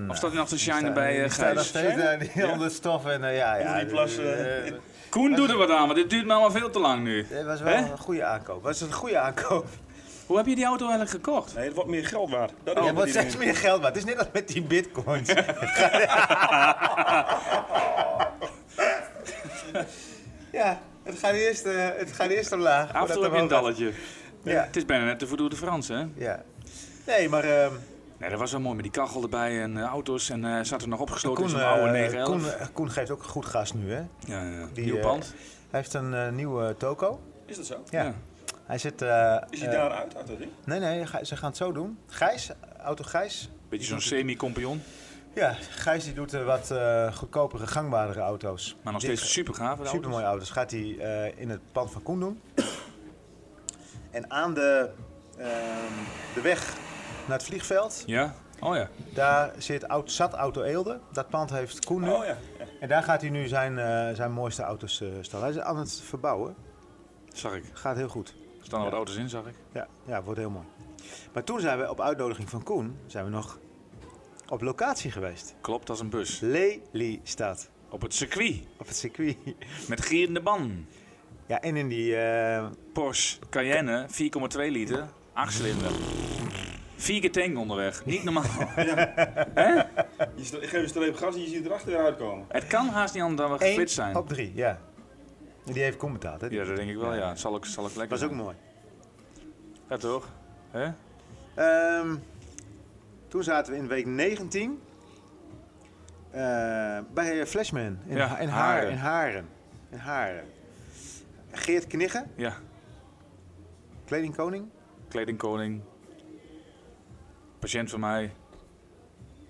Speaker 4: of staat hij nog te shinen bij eh,
Speaker 5: Hmm. Die staat nog
Speaker 4: Gijs?
Speaker 5: steeds eh, die onder stof en eh, ja, ja.
Speaker 6: die plassen.
Speaker 5: eh,
Speaker 4: Koen doet er wat aan, maar dit duurt me allemaal veel te lang nu.
Speaker 5: dit was wel
Speaker 4: Hè?
Speaker 5: een goede aankoop. Was een goede aankoop.
Speaker 4: Hoe heb je die auto eigenlijk gekocht?
Speaker 6: Nee, het wordt meer geld waard. Dat
Speaker 5: Je
Speaker 6: is
Speaker 5: ja,
Speaker 6: wat
Speaker 5: wordt
Speaker 6: Oh, die
Speaker 5: steeds
Speaker 6: dingen.
Speaker 5: meer geld, maar het is net als met die bitcoins. ja, het gaat eerst, eh, het gaat eerst omlaag.
Speaker 4: Af en
Speaker 5: voordat
Speaker 4: toe heb
Speaker 5: het
Speaker 4: je een
Speaker 5: omhoog gaat.
Speaker 4: dalletje. Eh,
Speaker 5: Ja,
Speaker 4: Het is bijna net de verdoelde Frans, hè?
Speaker 5: ja. Nee, maar ehm,
Speaker 4: Nee, dat was wel mooi met die kachel erbij en eh, auto's en eh zat er nog opgesloten
Speaker 5: Koen,
Speaker 4: in zo'n oude
Speaker 5: eh,
Speaker 4: 911.
Speaker 5: Koen, eh, Koen geeft ook goed gas nu, hè?
Speaker 4: ja, ja.
Speaker 5: die,
Speaker 4: Nieuw
Speaker 5: eh,
Speaker 4: pand.
Speaker 5: Hij heeft een eh, nieuwe toko.
Speaker 6: Is dat zo?
Speaker 5: Ja.
Speaker 4: Ja.
Speaker 5: Hij zit. eh,
Speaker 6: Is hij
Speaker 5: eh,
Speaker 6: daaruit uit dat ding?
Speaker 5: Nee, nee, ga- ze gaan het zo doen. Gijs, auto Gijs.
Speaker 4: Beetje zo'n semi-compagnon,
Speaker 5: Ja, Gijs die doet eh, wat eh, goedkopere, gangbaardere auto's.
Speaker 4: maar nog
Speaker 5: Die-
Speaker 4: steeds super gaaf.
Speaker 5: Supermooie auto's. Gaat hij eh, in het pand van Koen doen. en aan de, ehm, de weg naar het vliegveld,
Speaker 4: Ja? Oh ja.
Speaker 5: daar zit oud, zat Auto Eelde. Dat pand heeft Koen nu.
Speaker 6: Oh ja.
Speaker 5: En daar gaat hij nu zijn, eh, zijn mooiste auto's eh stallen. Hij is aan het verbouwen.
Speaker 4: Zag ik. Er
Speaker 5: Gaat heel goed.
Speaker 4: staan al wat auto's in, zag ik.
Speaker 5: Ja, ja, wordt heel mooi. Maar toen zijn we op uitnodiging van Koen zijn we nog op locatie geweest.
Speaker 4: Klopt als een bus.
Speaker 5: Lelystad,
Speaker 4: Op het circuit.
Speaker 5: op het circuit.
Speaker 4: Met gierende ban.
Speaker 5: Ja, en in die... eh,
Speaker 4: Porsche Cayenne, 4,2 liter, 8 cilinder. Vier keer tank onderweg. Niet normaal.
Speaker 6: Je st- geeft een streep gas en je ziet erachter weer uitkomen.
Speaker 4: Het kan haast niet anders dan we
Speaker 5: één
Speaker 4: geflitst zijn.
Speaker 5: op drie, ja. En die heeft Koen betaald, hè?
Speaker 4: Ja, dat denk ik wel, ja. Zal ik, zal ik lekker
Speaker 5: was ook
Speaker 4: zijn.
Speaker 5: mooi.
Speaker 4: Ja, toch? Hè?
Speaker 5: Ehm, toen zaten we in week 19 eh, bij Flashman in,
Speaker 4: Ja,
Speaker 5: Ha- in,
Speaker 4: Haren.
Speaker 5: Haren. in Haren. In Haren. Geert Kniggen,
Speaker 4: Ja.
Speaker 5: kledingkoning.
Speaker 4: Kledingkoning. Patiënt van mij.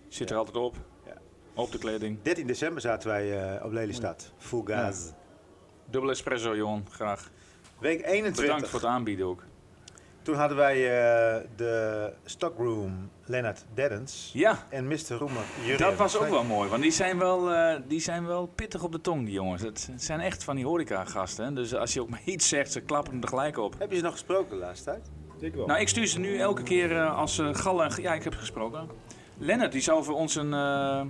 Speaker 4: Zit er altijd op.
Speaker 5: Ja.
Speaker 4: Op de kleding.
Speaker 5: 13 december zaten wij eh, op Lelystad. Full gas.
Speaker 4: Dubbel espresso, Jon. Graag.
Speaker 5: Week 21.
Speaker 4: Bedankt voor het aanbieden ook.
Speaker 5: Toen hadden wij eh, de stockroom Lennart Deddens
Speaker 4: Ja,
Speaker 5: en Mr. Roemer Jurgen.
Speaker 4: dat was ook wel mooi. Want die zijn wel, eh, die zijn wel pittig op de tong, die jongens. Het het zijn echt van die horeca-gasten. hè. Dus als je ook maar iets zegt, ze klappen hem er gelijk op.
Speaker 5: Heb je ze nog gesproken de laatste tijd?
Speaker 4: Nou, ik stuur ze nu elke keer eh, als ze gallen. en ge- Ja, ik heb gesproken. Lennart, die zou voor ons een, eh,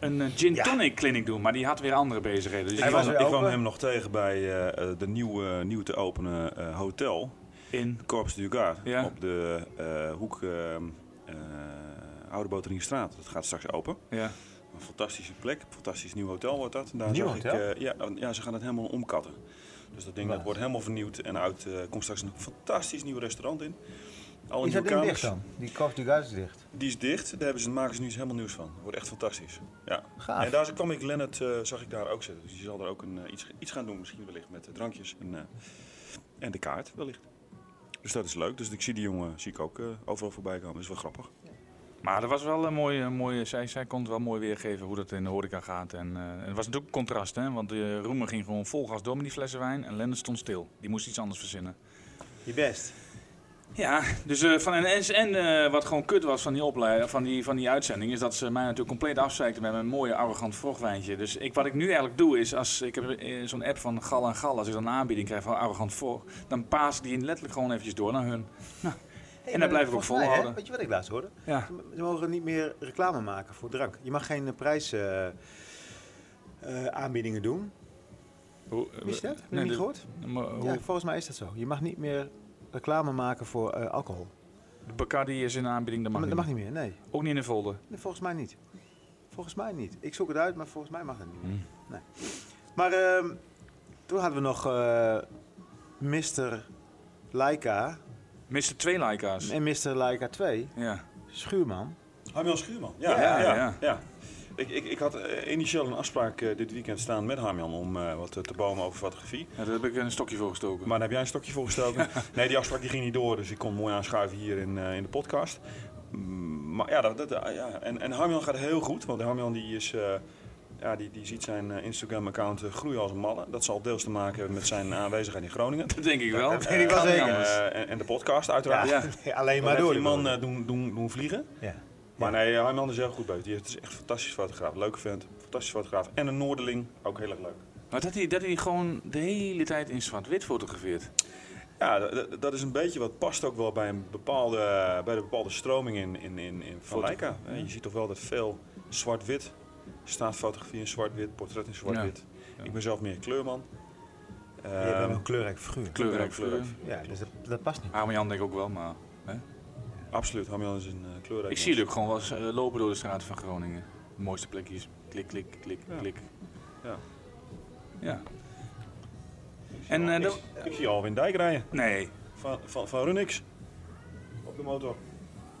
Speaker 4: een eh, gin
Speaker 5: Hmm. Ja.
Speaker 4: tonic clinic doen, maar die had weer andere bezigheden. Dus
Speaker 6: Ik
Speaker 5: Hij
Speaker 4: die
Speaker 5: was
Speaker 6: kwam,
Speaker 4: was
Speaker 5: weer
Speaker 6: ik kwam
Speaker 5: open.
Speaker 6: hem nog tegen bij eh, eh, de nieuwe, nieuw te openen eh, hotel,
Speaker 4: in.
Speaker 6: Corps du Gard,
Speaker 4: Ja.
Speaker 6: op de eh, hoek eh, eh, Oude Boteringstraat. Dat gaat straks open.
Speaker 4: Ja.
Speaker 6: Een fantastische plek, een fantastisch nieuw hotel wordt dat. En Daar
Speaker 5: Nieuw
Speaker 6: zag ik,
Speaker 5: hotel? Nou.
Speaker 6: eh, ja, nou, ja, ze gaan het helemaal omkatten. Dus dat ding dat wordt helemaal vernieuwd en uit eh, komt straks een fantastisch nieuw restaurant in. Alle
Speaker 5: Is dat
Speaker 6: nieuwe
Speaker 5: ding
Speaker 6: kamers.
Speaker 5: dicht dan? Die Kof du Gaz is dicht.
Speaker 6: Die is dicht, daar hebben ze, maken ze nu helemaal nieuws van. Wordt echt fantastisch. Ja.
Speaker 5: Gaaf.
Speaker 6: En daar kwam ik Lennart, eh, zag ik daar ook zitten. Dus die zal er ook een, eh, iets, iets gaan doen, misschien wellicht met eh, drankjes en, eh, en de kaart wellicht. Dus dat is leuk. Dus ik zie die jongen zie ik ook eh, overal voorbij komen. Dat is wel grappig.
Speaker 4: Maar dat was wel eh, een mooie, mooie zij, zij kon het wel mooi weergeven hoe dat in de horeca gaat. En eh, het was natuurlijk een contrast, hè? want de Roemer ging gewoon vol gas door met die flessen wijn en Lennart stond stil. Die moest iets anders verzinnen.
Speaker 5: Je best.
Speaker 4: Ja, dus eh, van en, en eh, wat gewoon kut was van die, oplei- van, die, van die uitzending, is dat ze mij natuurlijk compleet afzeikten met mijn mooie arrogant vrochtwijntje. Dus ik, wat ik nu eigenlijk doe is, als ik heb eh, zo'n app van Gal en Gal, als ik dan een aanbieding krijg van arrogant vrocht, dan paas ik die letterlijk gewoon eventjes door naar hun. Nou, en dan blijf ik ook
Speaker 5: Volgens mij, hè,
Speaker 4: volhouden.
Speaker 5: Weet je wat ik laatst hoorde?
Speaker 4: Ja.
Speaker 5: Ze mogen niet meer reclame maken voor drank. Je mag geen eh, prijs eh, eh, aanbiedingen doen.
Speaker 4: Hoe-
Speaker 5: Wist je dat? Heb je
Speaker 4: Nee,
Speaker 5: niet
Speaker 4: dat-
Speaker 5: gehoord?
Speaker 4: maar hoe-
Speaker 5: Ja, volgens mij is dat zo. Je mag niet meer reclame maken voor eh, alcohol.
Speaker 4: de Bacardi is in de aanbieding, dat mag,
Speaker 5: dat
Speaker 4: niet.
Speaker 5: mag niet meer, nee.
Speaker 4: Ook niet in de folder.
Speaker 5: Nee, volgens mij niet. Volgens mij niet. Ik zoek het uit, maar volgens mij mag het niet. meer.
Speaker 4: Mm.
Speaker 5: Nee. Maar ehm, toen hadden we nog eh Mr. Laika
Speaker 4: Mr. Twee Laika's.
Speaker 5: en Mr. Laika 2,
Speaker 4: Ja.
Speaker 5: Schuurman.
Speaker 6: Harmjan Schuurman. Ja, ja, ja. ja. Ik, ik, ik had eh, initieel een afspraak eh, dit weekend staan met Harmjan om eh, wat eh, te bomen over fotografie.
Speaker 4: Ja, daar heb ik een stokje voor gestoken.
Speaker 6: Maar daar heb jij een stokje voor gestoken. Nee, die afspraak die ging niet door, dus ik kon mooi aanschuiven hier in, eh, in de podcast. Mm, Maar ja, dat, dat, ah, ja. En, en Harmjan gaat heel goed, want Harmjan die is... eh, ja, die, die ziet zijn eh, Instagram-account eh, groeien als een malle. Dat zal deels te maken hebben met zijn aanwezigheid in Groningen.
Speaker 4: Dat denk ik wel.
Speaker 5: Dat weet ik wel zeker.
Speaker 6: Eh, en, en de podcast uiteraard.
Speaker 4: Ja.
Speaker 5: Alleen
Speaker 6: Maar
Speaker 5: maar door.
Speaker 6: die
Speaker 5: die
Speaker 6: man eh, doen, doen, doen vliegen.
Speaker 5: Ja.
Speaker 6: Maar nee, Harman is heel goed bij. Die is het is echt een fantastisch fotograaf. Leuke vent. Fantastisch fotograaf. En een Noorderling. Ook heel erg leuk.
Speaker 4: Maar dat hij, dat hij gewoon de hele tijd in zwart-wit fotografeert.
Speaker 6: Ja, d- d- dat is een beetje wat past ook wel bij een bepaalde, eh, bij de bepaalde stroming in, in, in, in van
Speaker 4: Foto.
Speaker 6: Leica. Eh, Je ziet toch wel dat veel zwart-wit staat fotografie in zwart-wit, portret in zwart-wit. Ik ben zelf meer kleurman.
Speaker 5: Je bent
Speaker 6: Ehm,
Speaker 5: een kleurrijk figuur.
Speaker 4: Kleurrijk
Speaker 6: Kleurrijk,
Speaker 4: kleur.
Speaker 5: Ja, dus dat, dat past niet.
Speaker 4: Armian denk ik ook wel, maar...
Speaker 6: absoluut, Harman is een eh, kleurrijk
Speaker 4: Ik zie
Speaker 6: mens.
Speaker 4: jullie ook gewoon wel eens eh, lopen door de straten van Groningen. De mooiste plekjes. Klik, klik, klik,
Speaker 6: Ja.
Speaker 4: klik.
Speaker 6: Ja.
Speaker 4: Ja.
Speaker 6: Ik zie
Speaker 4: En,
Speaker 6: al-
Speaker 4: eh,
Speaker 6: ik
Speaker 4: dat-
Speaker 6: zie- Ik zie Alwin Dijk rijden.
Speaker 4: Nee.
Speaker 6: Van, van, van Runix. Op de motor.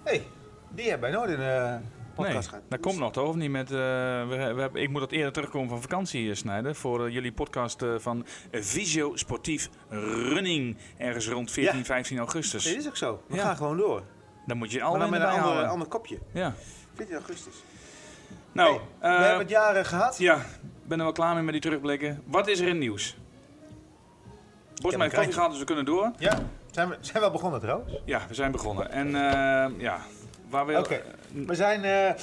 Speaker 5: hey, die hebben wij nooit in de podcast
Speaker 4: Nee,
Speaker 5: gehad.
Speaker 4: dat komt nog toch? Of niet? Met, eh, we, we hebben, ik moet dat eerder terugkomen van vakantie eh, snijden. Voor eh, jullie podcast eh, van Visio Sportief Running. Ergens rond 14,
Speaker 5: Ja.
Speaker 4: 15 augustus.
Speaker 5: Nee, dat is ook zo. We
Speaker 4: Ja.
Speaker 5: gaan gewoon door.
Speaker 4: Dan moet je
Speaker 5: maar
Speaker 4: al
Speaker 5: dan met een
Speaker 4: erbij
Speaker 5: ander,
Speaker 4: halen.
Speaker 5: ander kopje.
Speaker 4: Ja.
Speaker 5: 14 augustus.
Speaker 4: Nou,
Speaker 5: Hey, we
Speaker 4: eh,
Speaker 5: hebben het jaren gehad.
Speaker 4: ja, ik ben er wel klaar mee met die terugblikken. Wat is er in nieuws? Bos
Speaker 5: een
Speaker 4: mij koffie
Speaker 5: kleintje.
Speaker 4: gehad, dus we kunnen door.
Speaker 5: Ja, zijn we, zijn we al begonnen trouwens.
Speaker 4: Ja, we zijn begonnen. En eh, ja, waar wil...
Speaker 5: Oké, we zijn... eh,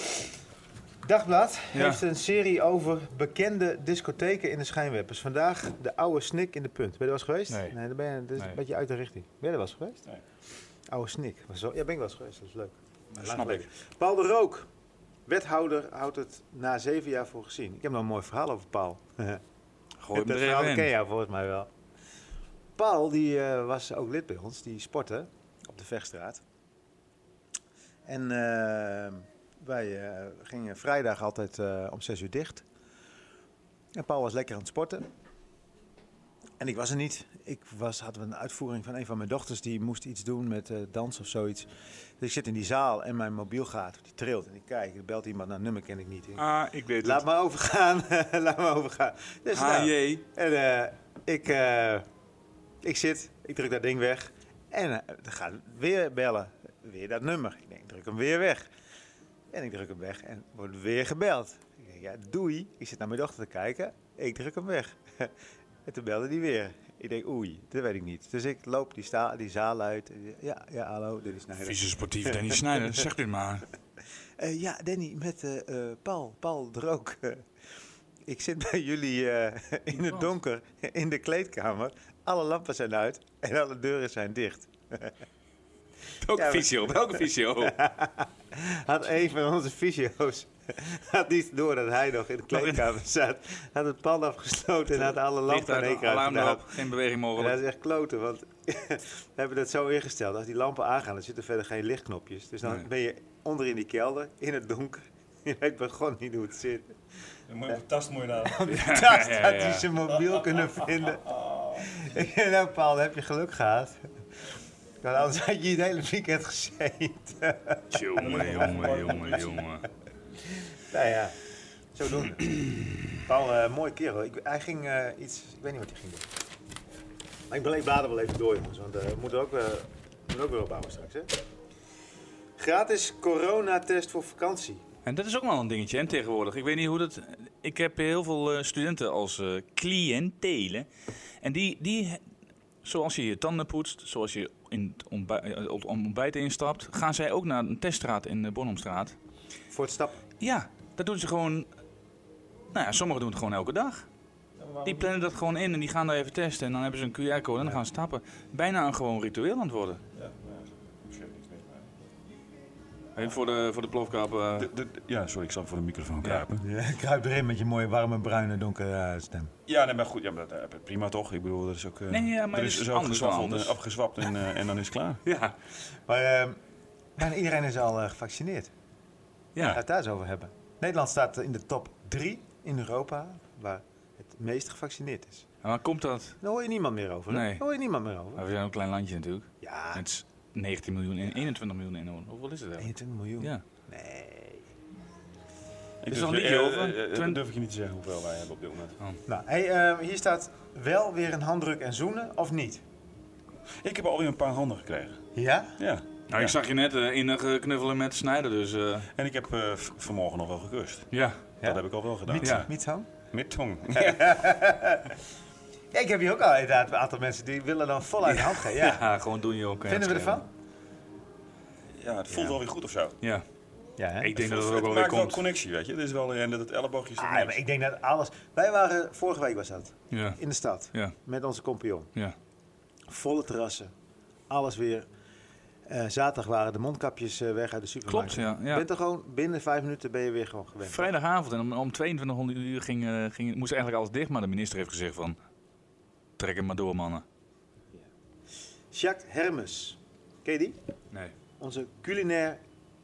Speaker 5: Dagblad
Speaker 4: Ja.
Speaker 5: heeft een serie over bekende discotheken in de schijnwerpers. Dus Vandaag de oude snik in de punt. Ben je er wel eens geweest?
Speaker 4: Nee.
Speaker 5: daar ben je, dat is
Speaker 4: Nee.
Speaker 5: een beetje uit de richting. Ben je er wel eens geweest?
Speaker 6: Nee.
Speaker 5: Oude snik. Was wel- ja, ben ik wel eens geweest. Dat is leuk.
Speaker 6: Dat
Speaker 5: Laat
Speaker 6: snap
Speaker 5: het
Speaker 6: ik.
Speaker 5: weten. Paul de Rook, wethouder, houdt het na zeven jaar voor gezien. Ik heb nog een mooi verhaal over Paul.
Speaker 4: Gooi hem
Speaker 5: dat
Speaker 4: er
Speaker 5: verhaal
Speaker 4: even
Speaker 5: ken
Speaker 4: in.
Speaker 5: jij volgens mij wel. Paul, die eh, was ook lid bij ons. Die sportte op de Vechtstraat. En eh, wij eh, gingen vrijdag altijd eh, om zes uur dicht. En Paul was lekker aan het sporten. En ik was er niet. Ik was, had een uitvoering van een van mijn dochters. Die moest iets doen met eh, dans of zoiets. Dus ik zit in die zaal en mijn mobiel gaat. Die trilt. En ik kijk, er belt iemand. Nou, nummer ken ik niet. Ik-
Speaker 4: Ah, ik weet
Speaker 5: Laat
Speaker 4: het.
Speaker 5: maar overgaan. Laat maar overgaan. Dus
Speaker 4: Ah,
Speaker 5: nou,
Speaker 4: HJ.
Speaker 5: en eh, ik, eh, ik zit, ik druk dat ding weg. En eh, er gaat weer bellen. Weer dat nummer. Ik denk, ik druk hem weer weg. En ik druk hem weg en wordt weer gebeld. Ik denk, ja, doei. Ik zit naar mijn dochter te kijken. Ik druk hem weg. en toen belde die weer. Ik denk, oei, dat weet ik niet. Dus ik loop die, sta, die zaal uit. Ja, ja, hallo, dit is nou Nijder.
Speaker 4: Vieze sportief Danny Snijder, zeg dit maar.
Speaker 5: Eh, ja, Danny, met eh, eh, Paul, Paul de Rook. ik zit bij jullie eh, in
Speaker 4: Oh.
Speaker 5: het donker, in de kleedkamer. Alle lampen zijn uit en alle deuren zijn dicht.
Speaker 4: Welke
Speaker 5: Ja, maar-
Speaker 4: visio, welke visio?
Speaker 5: Had een van onze fysio's had niet door dat hij nog in de kleedkamer zat. Had het pand afgesloten en had alle
Speaker 4: Oh, Licht
Speaker 5: lampen in één
Speaker 4: uit,
Speaker 5: keer
Speaker 4: alarm
Speaker 5: uitgedaan.
Speaker 4: erop, geen beweging
Speaker 5: En dat
Speaker 4: mogelijk.
Speaker 5: is echt kloten, want we hebben dat zo ingesteld. Als die lampen aangaan, dan zitten verder geen lichtknopjes. Dus dan
Speaker 4: Nee.
Speaker 5: ben je onder in die kelder, in het donker. Je weet begon niet hoe het zit.
Speaker 6: Dan moet je op tast moet je daar.
Speaker 5: Dat
Speaker 4: ja,
Speaker 5: had
Speaker 4: ja.
Speaker 5: hij zijn mobiel kunnen vinden. En nou, Paul, heb je geluk gehad. Want anders had je het hele weekend gezeten.
Speaker 4: Jongen, jongen, jongen, jongen.
Speaker 5: nou ja, zo doen. Paul, eh mooi kerel. Ik, hij ging eh, iets, ik weet niet wat hij ging doen. Maar ik bleef bladen wel even door, jongens. Want eh, we moeten ook, eh, we moeten ook weer opbouwen straks, hè. Gratis coronatest voor vakantie.
Speaker 4: En dat is ook wel een dingetje, hè, tegenwoordig. Ik weet niet hoe dat... Ik heb heel veel eh, studenten als eh cliëntelen. En die, die, zoals je je tanden poetst, zoals je in het ontbij- eh, op het ontbijt instapt... gaan zij ook naar een teststraat in de Bonhomstraat.
Speaker 5: Voor het stappen.
Speaker 4: Ja, dat doen ze gewoon... Nou ja, sommigen doen het gewoon elke dag. Die plannen dat gewoon in en die gaan daar even testen. En dan hebben ze een QR-code en dan gaan ze stappen. Bijna een gewoon ritueel aan het worden. Even voor de, voor de plofkap. eh,
Speaker 6: Ja, sorry, ik zal voor de microfoon kruipen.
Speaker 5: kruip erin met je mooie, warme, bruine, donkere eh, stem.
Speaker 6: Ja, nee, maar goed, ja, maar dat, eh, prima toch? Ik bedoel, dat is ook. eh,
Speaker 4: Nee, ja, maar
Speaker 6: er
Speaker 4: het
Speaker 6: is,
Speaker 4: is
Speaker 6: zo
Speaker 4: anders dan
Speaker 6: geswaffeld en
Speaker 4: anders.
Speaker 6: afgezwapt en, eh, en dan is het klaar.
Speaker 4: ja.
Speaker 5: Maar eh, bijna iedereen is al eh, gevaccineerd. Laten we
Speaker 4: ja.
Speaker 5: het daar eens over hebben. Nederland staat in de top 3 in Europa waar het meest gevaccineerd is.
Speaker 4: Maar komt dat?
Speaker 5: Daar hoor je niemand meer over. hè?
Speaker 4: Nee. Oh.
Speaker 5: Daar hoor je niemand meer over.
Speaker 4: Maar we zijn ook een klein landje natuurlijk.
Speaker 5: Ja,
Speaker 4: Met 19 miljoen en 21 miljoen inwoners. Hoeveel is het eigenlijk?
Speaker 5: 21 miljoen.
Speaker 4: Ja.
Speaker 5: Nee.
Speaker 6: Ik
Speaker 4: is
Speaker 6: durf-
Speaker 4: nog niet
Speaker 6: eh,
Speaker 4: over.
Speaker 6: eh, eh,
Speaker 4: Twin-
Speaker 6: durf ik je niet te zeggen hoeveel wij hebben op dit moment.
Speaker 5: Nou, hey, eh, hier staat wel weer een handdruk en zoenen, of niet?
Speaker 6: Ik heb alweer een paar handen gekregen.
Speaker 5: Ja?
Speaker 6: Ja.
Speaker 4: Nou, ik zag je net eh, innig eh, knuffelen met Snijder, dus eh,
Speaker 6: En ik heb eh, v- vanmorgen nog wel gekust.
Speaker 4: ja.
Speaker 6: Dat heb ik al wel gedaan.
Speaker 5: Niet,
Speaker 4: Ja.
Speaker 5: niet zo?
Speaker 6: Met tong.
Speaker 5: Ja, ik heb hier ook al inderdaad een aantal mensen die willen dan voluit de hand geven. Ja.
Speaker 4: ja. gewoon doen je ook. eh,
Speaker 5: Vinden we
Speaker 4: het schelen.
Speaker 5: ervan?
Speaker 6: Ja, het voelt wel weer goed of zo.
Speaker 4: Ja,
Speaker 5: Ja, hè?
Speaker 4: ik denk dat
Speaker 6: Het,
Speaker 4: het ook wel weer
Speaker 6: maakt wel
Speaker 4: komt.
Speaker 6: connectie, weet je. Het is wel, eh, en dat het elleboogje is
Speaker 5: Ah, ja, maar ik denk dat alles... Wij waren, vorige week was dat,
Speaker 4: Ja,
Speaker 5: in de stad,
Speaker 4: ja,
Speaker 5: met onze compagnon.
Speaker 4: ja.
Speaker 5: Volle terrassen, alles weer. Eh, zaterdag waren de mondkapjes eh, weg uit de supermarkt.
Speaker 4: Klopt, ja.
Speaker 5: Je
Speaker 4: ja.
Speaker 5: bent er gewoon, binnen vijf minuten ben je weer gewoon gewend.
Speaker 4: Vrijdagavond en om, om 2200 uur ging, eh, ging, moest eigenlijk alles dicht, maar de minister heeft gezegd van... Trek het maar door, mannen.
Speaker 5: Jacques Hermes, ken je die?
Speaker 4: Nee.
Speaker 5: Onze culinair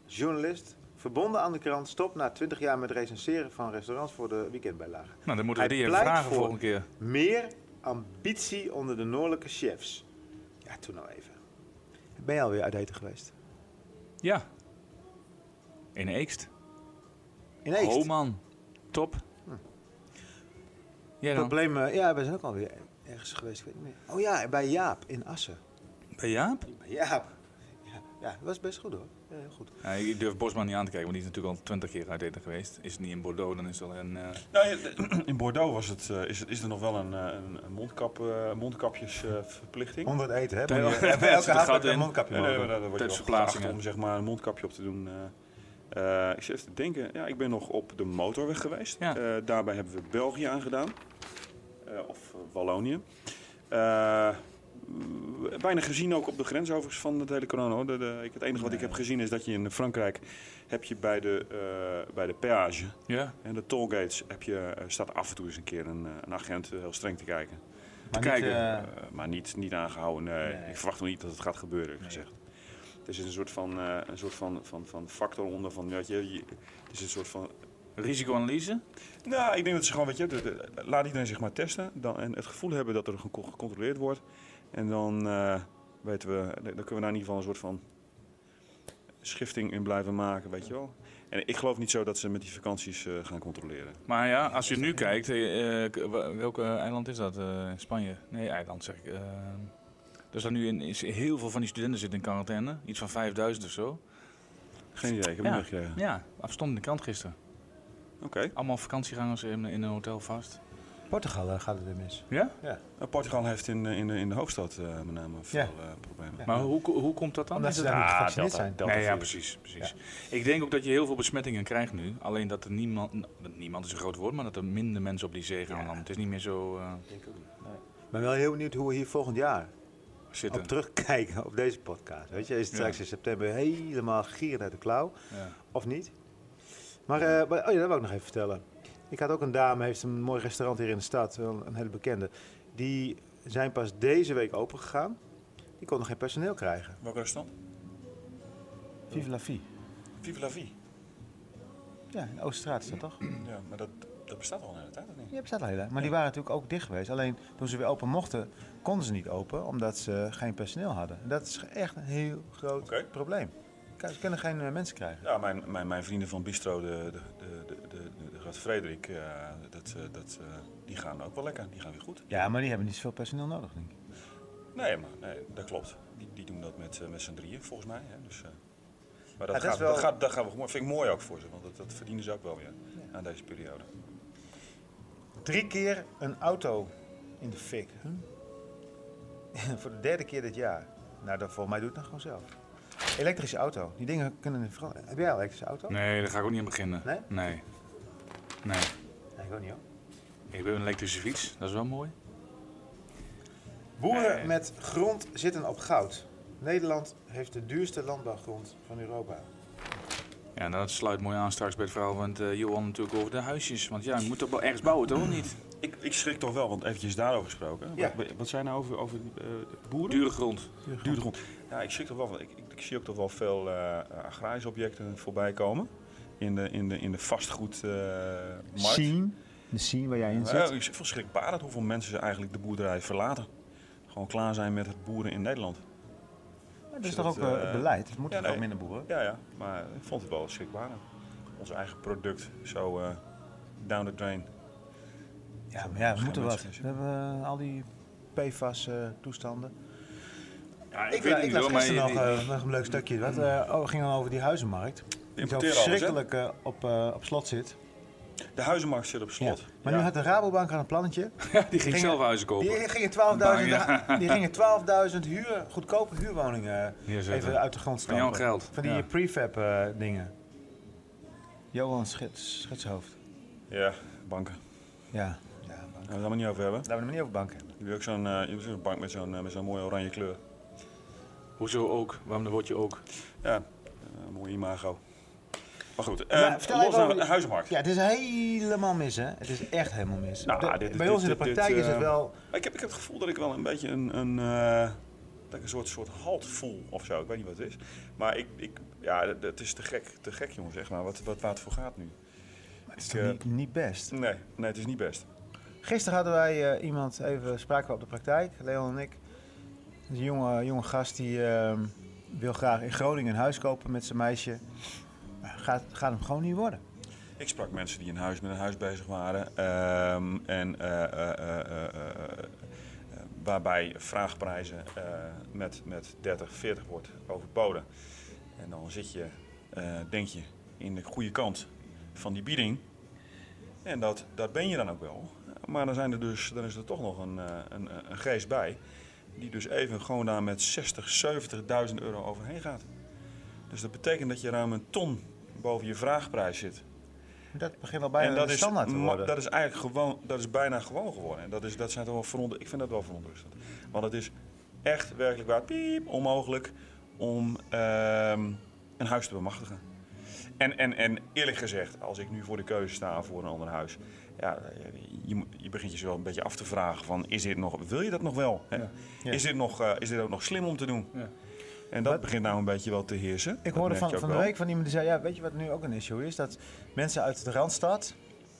Speaker 5: journalist, verbonden aan de krant, stopt na 20 jaar met recenseren van restaurants voor de weekendbijlage.
Speaker 4: Nou, dan moeten we
Speaker 5: Hij
Speaker 4: die even
Speaker 5: pleit
Speaker 4: vragen
Speaker 5: voor-
Speaker 4: volgende keer.
Speaker 5: Meer ambitie onder de noordelijke chefs. Ja, toen nou even. Ben je alweer uit eten geweest?
Speaker 4: Ja. In Eekst.
Speaker 5: In Eekst? Hm.
Speaker 4: Oh man, top. Jij dan?
Speaker 5: Probleem, eh, ja, we zijn ook alweer ergens geweest. Ik weet niet meer. Oh ja, bij Jaap in Assen.
Speaker 4: Bij Jaap?
Speaker 5: Bij Jaap. Ja, ja, dat was best goed hoor. Ja, heel goed.
Speaker 4: Ja, ik durf Bosman niet aan te kijken, want die is natuurlijk al twintig keer uit eten geweest. Is het niet in Bordeaux, dan is het al in... eh,
Speaker 6: Nou, ja, d- in Bordeaux was het, eh, is, is er nog wel een, eh, een een mondkap, eh, mondkapjesverplichting.
Speaker 5: Onder het eten, hè?
Speaker 4: Bij- Ja,
Speaker 5: Bij elke
Speaker 4: zit een
Speaker 5: hap
Speaker 4: gat
Speaker 5: heb je een
Speaker 4: in.
Speaker 5: mondkapje
Speaker 6: Nee, nee,
Speaker 5: mogen.
Speaker 6: maar daar word je wel
Speaker 4: Tijdsverplaatsingen.
Speaker 6: gevraagd om zeg maar, een mondkapje op te doen. eh. Eh, ik zit even te denken, ja, ik ben nog op de motorweg geweest.
Speaker 4: Ja.
Speaker 6: Eh, daarbij hebben we België aangedaan. Eh, of eh, Wallonië. Eh, w- weinig gezien ook op de grens overigens van het hele corona. hoor. De, de, ik, het enige wat ik heb gezien is dat je in Frankrijk heb je bij de, eh, bij de peage
Speaker 4: ja,
Speaker 6: en de tollgates heb je, eh, staat af en toe eens een keer een, eh, een agent eh, heel streng te kijken.
Speaker 5: Maar niet,
Speaker 6: te kijken,
Speaker 5: eh,
Speaker 6: eh, maar niet, niet aangehouden. Nee. Ik verwacht nog niet dat het gaat gebeuren, eerlijk gezegd. Het is een soort van, eh, een soort van, van, van factor onder van, weet je, je- het is een soort van...
Speaker 4: risicoanalyse.
Speaker 6: Nou, ik denk dat ze gewoon, weet je, de- de- laat iedereen zich maar testen dan, en het gevoel hebben dat er gecon- gecontroleerd wordt. En dan eh, weten we, dan kunnen we daar in ieder geval een soort van schifting in blijven maken, weet je wel. En ik geloof niet zo dat ze met die vakanties eh, gaan controleren.
Speaker 4: Maar ja, als je nu kijkt, eh, eh, k- wa- welk eh, eiland is dat? Eh, Spanje? Nee, eiland zeg ik. Eh, dus daar nu in, is heel veel van die studenten zitten in quarantaine. Iets van 5000 of zo.
Speaker 6: Geen idee, ik heb
Speaker 4: Ja.
Speaker 6: hem meegekregen.
Speaker 4: Ja, afstond in de krant gisteren.
Speaker 6: Oké.
Speaker 4: Allemaal vakantiegangers in, in een hotel vast.
Speaker 5: Portugal eh, gaat het in mis.
Speaker 4: Ja?
Speaker 6: Eh, Portugal heeft in, de- in, de, in de hoofdstad eh, met name veel
Speaker 5: Ja.
Speaker 6: eh, problemen.
Speaker 5: Ja.
Speaker 4: Maar hoe, hoe komt dat dan?
Speaker 5: Omdat
Speaker 4: Is
Speaker 5: ze
Speaker 4: het-
Speaker 5: daar niet
Speaker 4: Ah,
Speaker 5: gevaccineerd
Speaker 4: Delta-
Speaker 5: zijn.
Speaker 4: Delta nee, ja, precies. precies. Ik denk ook dat je heel veel besmettingen krijgt nu. Alleen dat er niemand, nou, niemand is een groot woord, maar dat er minder mensen op die zee gaan dan. Het is niet meer zo eh,
Speaker 5: Ik ben wel heel benieuwd hoe we hier volgend jaar
Speaker 4: zitten.
Speaker 5: op terugkijken op deze podcast. Weet je, is het straks in september helemaal gieren uit de klauw
Speaker 4: Ja.
Speaker 5: of niet? Maar, eh, maar- oh ja, dat wil ik nog even vertellen. Ik had ook een dame, heeft een mooi restaurant hier in de stad, wel een hele bekende. Die zijn pas deze week open gegaan. Die kon nog geen personeel krijgen.
Speaker 6: Welke restaurant?
Speaker 5: Vive la vie.
Speaker 6: Vive la Vie.
Speaker 5: Ja, in Oosterstraat is dat toch?
Speaker 6: Ja, maar dat, dat bestaat al een hele tijd, of niet?
Speaker 5: Ja, bestaat al heel lang. Maar die waren natuurlijk ook dicht geweest. Alleen toen ze weer open mochten, konden ze niet open omdat ze geen personeel hadden. En dat is echt een heel groot
Speaker 6: Oké.
Speaker 5: probleem. Ze kunnen geen eh, mensen krijgen.
Speaker 6: Ja, mijn, mijn, mijn vrienden van Bistro, de, de, de, de, de, de Rad Frederik, eh, dat, eh, dat, eh, die gaan ook wel lekker. Die gaan weer goed.
Speaker 5: Ja, maar die hebben niet zoveel personeel nodig, denk ik.
Speaker 6: Nee, maar nee, dat klopt. Die, die doen dat met, eh, met z'n drieën, volgens mij. Hè? Dus, eh, maar dat,
Speaker 5: dat is
Speaker 6: gaat,
Speaker 5: wel-
Speaker 6: dat, gaat, dat gaat wel goed. Vind ik mooi ook voor ze, want dat, dat verdienen ze ook wel weer aan deze periode.
Speaker 5: Drie keer een auto in de fik. Huh? Voor de derde keer dit jaar. Nou, dat volgens mij doet het dan gewoon zelf. Elektrische auto. Die dingen kunnen in veranderen. Heb jij een elektrische auto?
Speaker 4: Nee, daar ga ik ook niet aan beginnen.
Speaker 5: Nee?
Speaker 4: Nee. Nee.
Speaker 5: Nee, ik ook niet hoor.
Speaker 4: Ik ben een elektrische fiets, dat is wel mooi.
Speaker 5: Boeren met grond zitten op goud. Nederland heeft de duurste landbouwgrond van Europa.
Speaker 4: Ja, en dat sluit mooi aan straks bij het verhaal van het, eh, Johan natuurlijk over de huisjes. Want ja, je moet toch wel ergens bouwen, toch? Niet?
Speaker 6: Ik, ik schrik toch wel, want eventjes daarover gesproken.
Speaker 5: Ja.
Speaker 6: Wat, wat zijn nou over, over eh, boeren?
Speaker 4: Dure grond.
Speaker 6: Duurde grond. Ja, ik schrik toch wel van. Ik, ik, ik zie ook toch wel veel eh, agrarische objecten voorbij komen. In de, in de, in de vastgoedmarkt.
Speaker 5: De scene waar jij in
Speaker 6: ja, ik vind schrikbarend hoeveel mensen ze eigenlijk de boerderij verlaten. Gewoon klaar zijn met het boeren in Nederland.
Speaker 5: dat is
Speaker 6: dat,
Speaker 5: toch ook eh,
Speaker 6: eh,
Speaker 5: het beleid? Het moet
Speaker 6: ja,
Speaker 5: toch ook
Speaker 6: nee.
Speaker 5: minder boeren?
Speaker 6: Ja, ja. Maar ik vond het wel schrikbarend. ons eigen product zo eh, down the drain.
Speaker 5: Ja, maar ja, we
Speaker 6: Geen
Speaker 5: moeten wat.
Speaker 6: mensen.
Speaker 5: We hebben eh, al die PFAS-toestanden.
Speaker 6: Ja,
Speaker 5: ik weet ik
Speaker 6: wel,
Speaker 5: las gisteren
Speaker 6: maar
Speaker 5: nog, eh, nog een leuk stukje. Wat eh, oh, ging dan over die huizenmarkt. Die zo
Speaker 6: Importeren alles, hè?
Speaker 5: verschrikkelijk eh, op, eh, op slot zit.
Speaker 6: de huizenmarkt zit op slot.
Speaker 5: Ja. Maar nu had de Rabobank aan een plannetje.
Speaker 4: Die ging zelf huizen kopen.
Speaker 5: Die eh, gingen 12.000
Speaker 4: Bang,
Speaker 5: die gingen 12.000 huur, goedkope huurwoningen
Speaker 4: Jazeker.
Speaker 5: even uit de grond
Speaker 4: Van
Speaker 5: stampen.
Speaker 4: jouw geld.
Speaker 5: Van die
Speaker 4: Ja.
Speaker 5: eh, prefab eh, dingen. Johan Schits, Schitshoofd.
Speaker 6: Ja, banken.
Speaker 5: Ja. ja bank.
Speaker 6: Daar gaan we het niet over hebben.
Speaker 5: Laten we hem niet over banken hebben.
Speaker 6: Je hebt ook zo'n eh, je hebt zo'n bank met zo'n eh, met zo'n mooie oranje kleur.
Speaker 4: Hoezo ook? Waarom dan word je ook?
Speaker 6: Ja, eh mooi imago. Maar goed, eh,
Speaker 5: Maar vertel
Speaker 6: los
Speaker 5: even over
Speaker 6: naar de
Speaker 5: die-
Speaker 6: huizenmarkt.
Speaker 5: Ja, het is helemaal mis, hè? Het is echt helemaal mis.
Speaker 6: Nou,
Speaker 5: De-
Speaker 6: dit-
Speaker 5: bij
Speaker 6: dit-
Speaker 5: ons in de
Speaker 6: dit- dit,
Speaker 5: praktijk is het
Speaker 6: eh,
Speaker 5: wel.
Speaker 6: Ik heb, ik heb het gevoel dat ik wel een beetje een, een, eh, dat ik een soort, soort halt voel of zo. Ik weet niet wat het is. Maar ik, ik, ja, dat- dat is te gek, te gek jongens, zeg maar. Wat, wat, waar het voor gaat nu.
Speaker 5: Het is
Speaker 6: ik,
Speaker 5: toch
Speaker 6: eh,
Speaker 5: niet, niet best.
Speaker 6: Nee, nee, het is niet best.
Speaker 5: Gisteren hadden wij eh, iemand, even spraken we op de praktijk, Leon en ik. Een jonge, jonge gast die ehm, wil graag in Groningen een huis kopen met zijn meisje. Maar gaat, gaat hem gewoon niet worden.
Speaker 6: Ik sprak mensen die een huis met een huis bezig waren. ehm, en eh, eh, eh, eh, eh, eh, eh, waarbij vraagprijzen eh, met, met 30, 40 wordt overboden. En dan zit je, eh, denk je, in de goede kant van die bieding. En dat, dat ben je dan ook wel. Maar dan, zijn er dus, dan is er toch nog een, eh, een, een geest bij. Die dus even gewoon daar met 60, 70.000 euro overheen gaat. Dus dat betekent dat je ruim een ton boven je vraagprijs zit
Speaker 5: Dat begint al bijna de standaard te
Speaker 6: ma-
Speaker 5: worden.
Speaker 6: Dat is eigenlijk gewoon, dat is bijna gewoon geworden. En dat is, dat zijn toch wel veronder, ik vind dat wel verontrustend. Want het is echt werkelijk waar, piep, onmogelijk om ehm, een huis te bemachtigen. En, en, en eerlijk gezegd, als ik nu voor de keuze sta voor een ander huis, ja, je, moet- je begint jezelf een beetje af te vragen van, is dit nog, wil je dat nog wel? hè?
Speaker 5: Ja.
Speaker 6: Is, dit nog, eh, is dit ook nog slim om te doen? En dat begint nou een beetje wel te heersen.
Speaker 5: Ik
Speaker 6: Dat
Speaker 5: hoorde
Speaker 6: merk
Speaker 5: van,
Speaker 6: je ook
Speaker 5: van de
Speaker 6: wel.
Speaker 5: week van iemand die zei, ja, weet je wat nu ook een issue is? Dat mensen uit de Randstad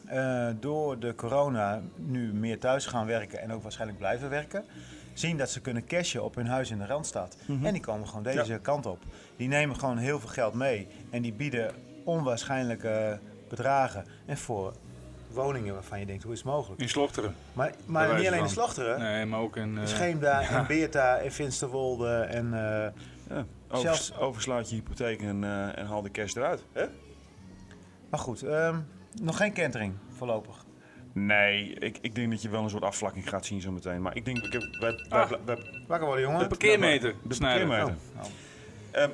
Speaker 5: eh, door de corona nu meer thuis gaan werken en ook waarschijnlijk blijven werken. Zien dat ze kunnen cashen op hun huis in de Randstad. En die komen gewoon deze
Speaker 6: Mhm. Ja.
Speaker 5: kant op. Die nemen gewoon heel veel geld mee en die bieden onwaarschijnlijke bedragen. En voor woningen waarvan je denkt, hoe is het mogelijk?
Speaker 4: In Slochteren.
Speaker 5: Maar,
Speaker 4: wijze
Speaker 5: maar niet alleen in
Speaker 4: van.
Speaker 5: Slochteren.
Speaker 4: Nee, maar ook in... eh,
Speaker 5: Scheemda en Beerta en Finsterwolde en... eh,
Speaker 6: Ja,
Speaker 5: Zelfs-
Speaker 6: overs, overslaat je hypotheek en, eh, en haal de cash eruit. Hè?
Speaker 5: maar goed, ehm, nog geen kentering voorlopig.
Speaker 6: Nee, ik, ik denk dat je wel een soort afvlakking gaat zien zometeen. Maar ik denk, ik heb, wij, wij, wij, wij-
Speaker 5: Wakker worden, jongen.
Speaker 4: de parkeermeter.
Speaker 6: de
Speaker 4: snijden.
Speaker 6: parkeermeter. Ehm,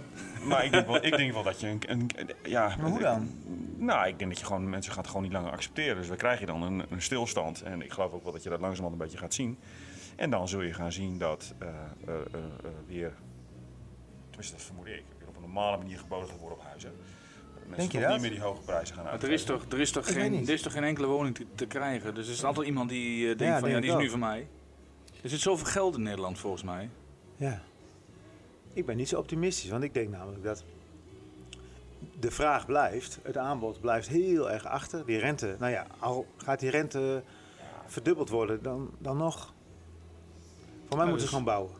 Speaker 6: maar ik denk, wel, ik denk wel dat je een... een- ja,
Speaker 5: Maar hoe dan?
Speaker 6: Nou, ik denk dat je gewoon, mensen gaan het gewoon niet langer accepteren. Dus dan krijg je dan een, een stilstand. En ik geloof ook wel dat je dat langzamerhand een beetje gaat zien. En dan zul je gaan zien dat eh, eh, eh, eh, weer, tenminste dat vermoed ik, weer op een normale manier geboden gaat worden op huizen. Dat Mensen
Speaker 5: Denk je
Speaker 6: toch
Speaker 5: dat?
Speaker 6: niet meer die hoge prijzen gaan
Speaker 4: Maar
Speaker 6: uitgeven.
Speaker 4: er is toch, er is toch,
Speaker 5: Ik weet
Speaker 4: geen,
Speaker 5: niet.
Speaker 4: er is toch geen enkele woning te, te krijgen. Dus er is altijd iemand die eh, denkt
Speaker 5: Ja,
Speaker 4: van, ja,
Speaker 5: denk
Speaker 4: die is
Speaker 5: ik ook.
Speaker 4: nu van mij. Er zit zoveel geld in Nederland volgens mij.
Speaker 5: Ja. Ik ben niet zo optimistisch, want ik denk namelijk dat de vraag blijft, het aanbod blijft heel erg achter. Die rente, nou ja, al gaat die rente verdubbeld worden, dan, dan nog. Voor mij moeten ze
Speaker 4: dus-
Speaker 5: gewoon bouwen.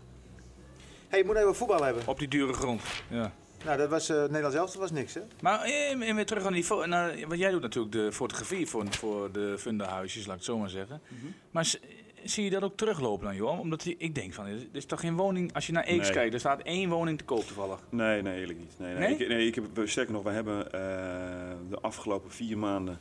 Speaker 5: hey, je moet even voetbal hebben.
Speaker 4: Op die dure grond. Ja.
Speaker 5: Nou, dat was eh Nederland zelf, dat was niks, hè?
Speaker 4: Maar eh, en weer terug aan die... fo- Naar, want jij doet natuurlijk de fotografie voor, voor de fundahuisjes, laat ik het zo maar zeggen.
Speaker 5: Mhm.
Speaker 4: Maar s- zie je dat ook teruglopen dan, Johan? Omdat die- ik denk van, er is toch geen woning... Als je naar Eeks
Speaker 6: Nee.
Speaker 4: kijkt, er staat één woning te koop toevallig.
Speaker 6: Nee, nee, eerlijk niet. Nee, nee.
Speaker 4: Nee?
Speaker 6: Ik, nee, ik heb, sterker nog, we hebben eh, de afgelopen vier maanden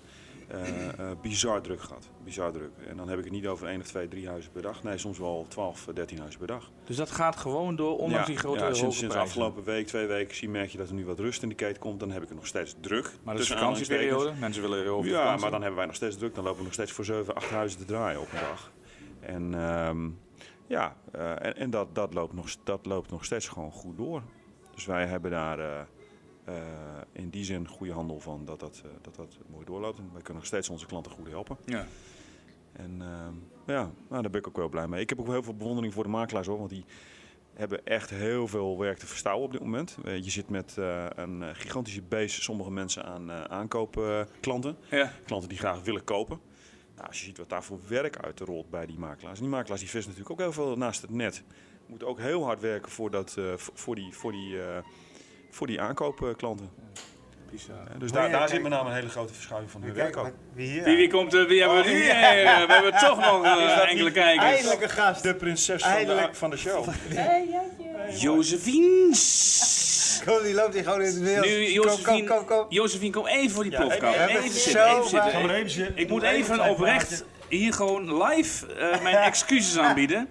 Speaker 6: eh, eh, bizar druk gehad. Bizar druk. En dan heb ik het niet over één of twee, drie huizen per dag. Nee, soms wel twaalf, eh, dertien huizen per dag.
Speaker 4: Dus dat gaat gewoon door, ondanks
Speaker 6: Ja,
Speaker 4: die grote
Speaker 6: ja,
Speaker 4: hoge
Speaker 6: sinds, sinds
Speaker 4: prijzen.
Speaker 6: afgelopen week, twee weken, zie merk je dat er nu wat rust in de keten komt. Dan heb ik het nog steeds druk.
Speaker 4: Maar dat is
Speaker 6: Tussen
Speaker 4: vakantieperiode.
Speaker 6: aanhalingstekens.
Speaker 4: Mensen willen weer over de
Speaker 6: Ja,
Speaker 4: vakantie.
Speaker 6: maar dan hebben wij nog steeds druk. Dan lopen we nog steeds voor zeven, acht huizen te draaien op een dag. En ehm, ja, eh, en, en dat, dat, loopt nog, dat loopt nog steeds gewoon goed door. Dus wij hebben daar eh, eh, in die zin goede handel van dat dat, eh, dat dat mooi doorloopt. En wij kunnen nog steeds onze klanten goed helpen.
Speaker 4: Ja.
Speaker 6: En ehm, ja, nou, daar ben ik ook wel blij mee. Ik heb ook heel veel bewondering voor de makelaars hoor. Want die hebben echt heel veel werk te verstouwen op dit moment. Eh, Je zit met eh, een eh, gigantische base sommige mensen aan eh aankoopklanten.
Speaker 4: Ja.
Speaker 6: Klanten die graag willen kopen. Nou, als je ziet wat daar voor werk uitrolt bij die makelaars. En die makelaars die vissen natuurlijk ook heel veel naast het net. Moeten ook heel hard werken voor, dat, eh, v- voor die, voor die, eh, voor die aankoopklanten.
Speaker 5: Bizar.
Speaker 6: Dus
Speaker 5: Maar
Speaker 6: daar,
Speaker 5: ja,
Speaker 6: daar zit
Speaker 5: kijk,
Speaker 6: met name een hele grote verschuiving van hun werk
Speaker 5: Kijk,
Speaker 6: ook.
Speaker 5: maar wie hier?
Speaker 4: Wie, wie komt er? Wie hebben we nu? Eh, We hebben toch nog eh, enkele kijkers.
Speaker 5: Eindelijk een gast.
Speaker 6: De prinses van de,
Speaker 5: Eindelijk.
Speaker 6: van de show.
Speaker 4: Josephine.
Speaker 5: Kom, die loopt hier gewoon in het wild.
Speaker 4: Nu,
Speaker 5: Kom,
Speaker 4: Josephine,
Speaker 5: kom, kom, kom.
Speaker 4: Josephine, kom even voor die
Speaker 6: Ja, even-
Speaker 4: podcast.
Speaker 6: we
Speaker 5: hebben
Speaker 4: Even,
Speaker 5: het
Speaker 4: zitten,
Speaker 5: zo
Speaker 4: even zitten.
Speaker 5: waar.
Speaker 4: Ik-
Speaker 6: zitten.
Speaker 4: Ik moet even oprecht hier gewoon live eh, mijn excuses aanbieden.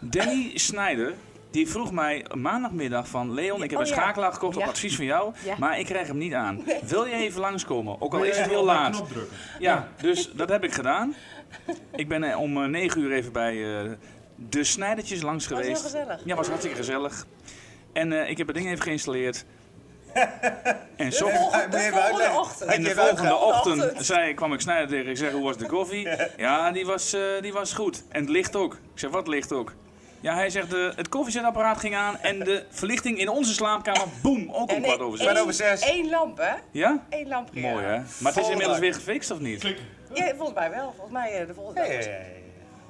Speaker 4: Danny Snijder. Die vroeg mij maandagmiddag van Leon, ik heb
Speaker 8: Oh,
Speaker 4: een
Speaker 8: ja.
Speaker 4: schakelaar gekocht op
Speaker 8: Ja.
Speaker 4: advies van jou,
Speaker 8: Ja.
Speaker 4: maar ik krijg hem niet aan. Wil je even langskomen? Ook al is het heel laat. Ja, dus dat heb ik gedaan. Ik ben eh, om eh, negen uur even bij eh, de Snijdertjes langs
Speaker 8: was
Speaker 4: geweest.
Speaker 8: heel gezellig.
Speaker 4: Ja, was hartstikke gezellig. En eh, ik heb het ding even geïnstalleerd. en zo,
Speaker 8: Oh,
Speaker 5: Moet je even
Speaker 8: volgende
Speaker 5: uitleggen?
Speaker 8: ochtend.
Speaker 5: Had
Speaker 4: en
Speaker 5: je
Speaker 4: de
Speaker 5: even
Speaker 4: volgende
Speaker 5: uitgehaald?
Speaker 4: ochtend
Speaker 8: ochtend.
Speaker 4: zei, kwam ik Snijder tegen. Ik zeg, hoe was de koffie? Ja, die was, eh, die was goed. En het licht ook. Ik zeg, wat licht ook? Ja, hij zegt, de, het koffiezetapparaat ging aan en de verlichting in onze slaapkamer, boem, ook om
Speaker 8: En
Speaker 4: kwart
Speaker 8: één-
Speaker 4: over
Speaker 5: Kwart
Speaker 4: zes.
Speaker 5: over zes.
Speaker 8: Eén lamp, hè?
Speaker 4: Ja?
Speaker 8: Eén lamp. ging
Speaker 4: Mooi,
Speaker 8: aan.
Speaker 4: hè? Maar het is inmiddels weer gefixt, of niet?
Speaker 8: Ja, volgens mij wel. Volgens mij eh, de volgende.
Speaker 5: Nee, nee, nee.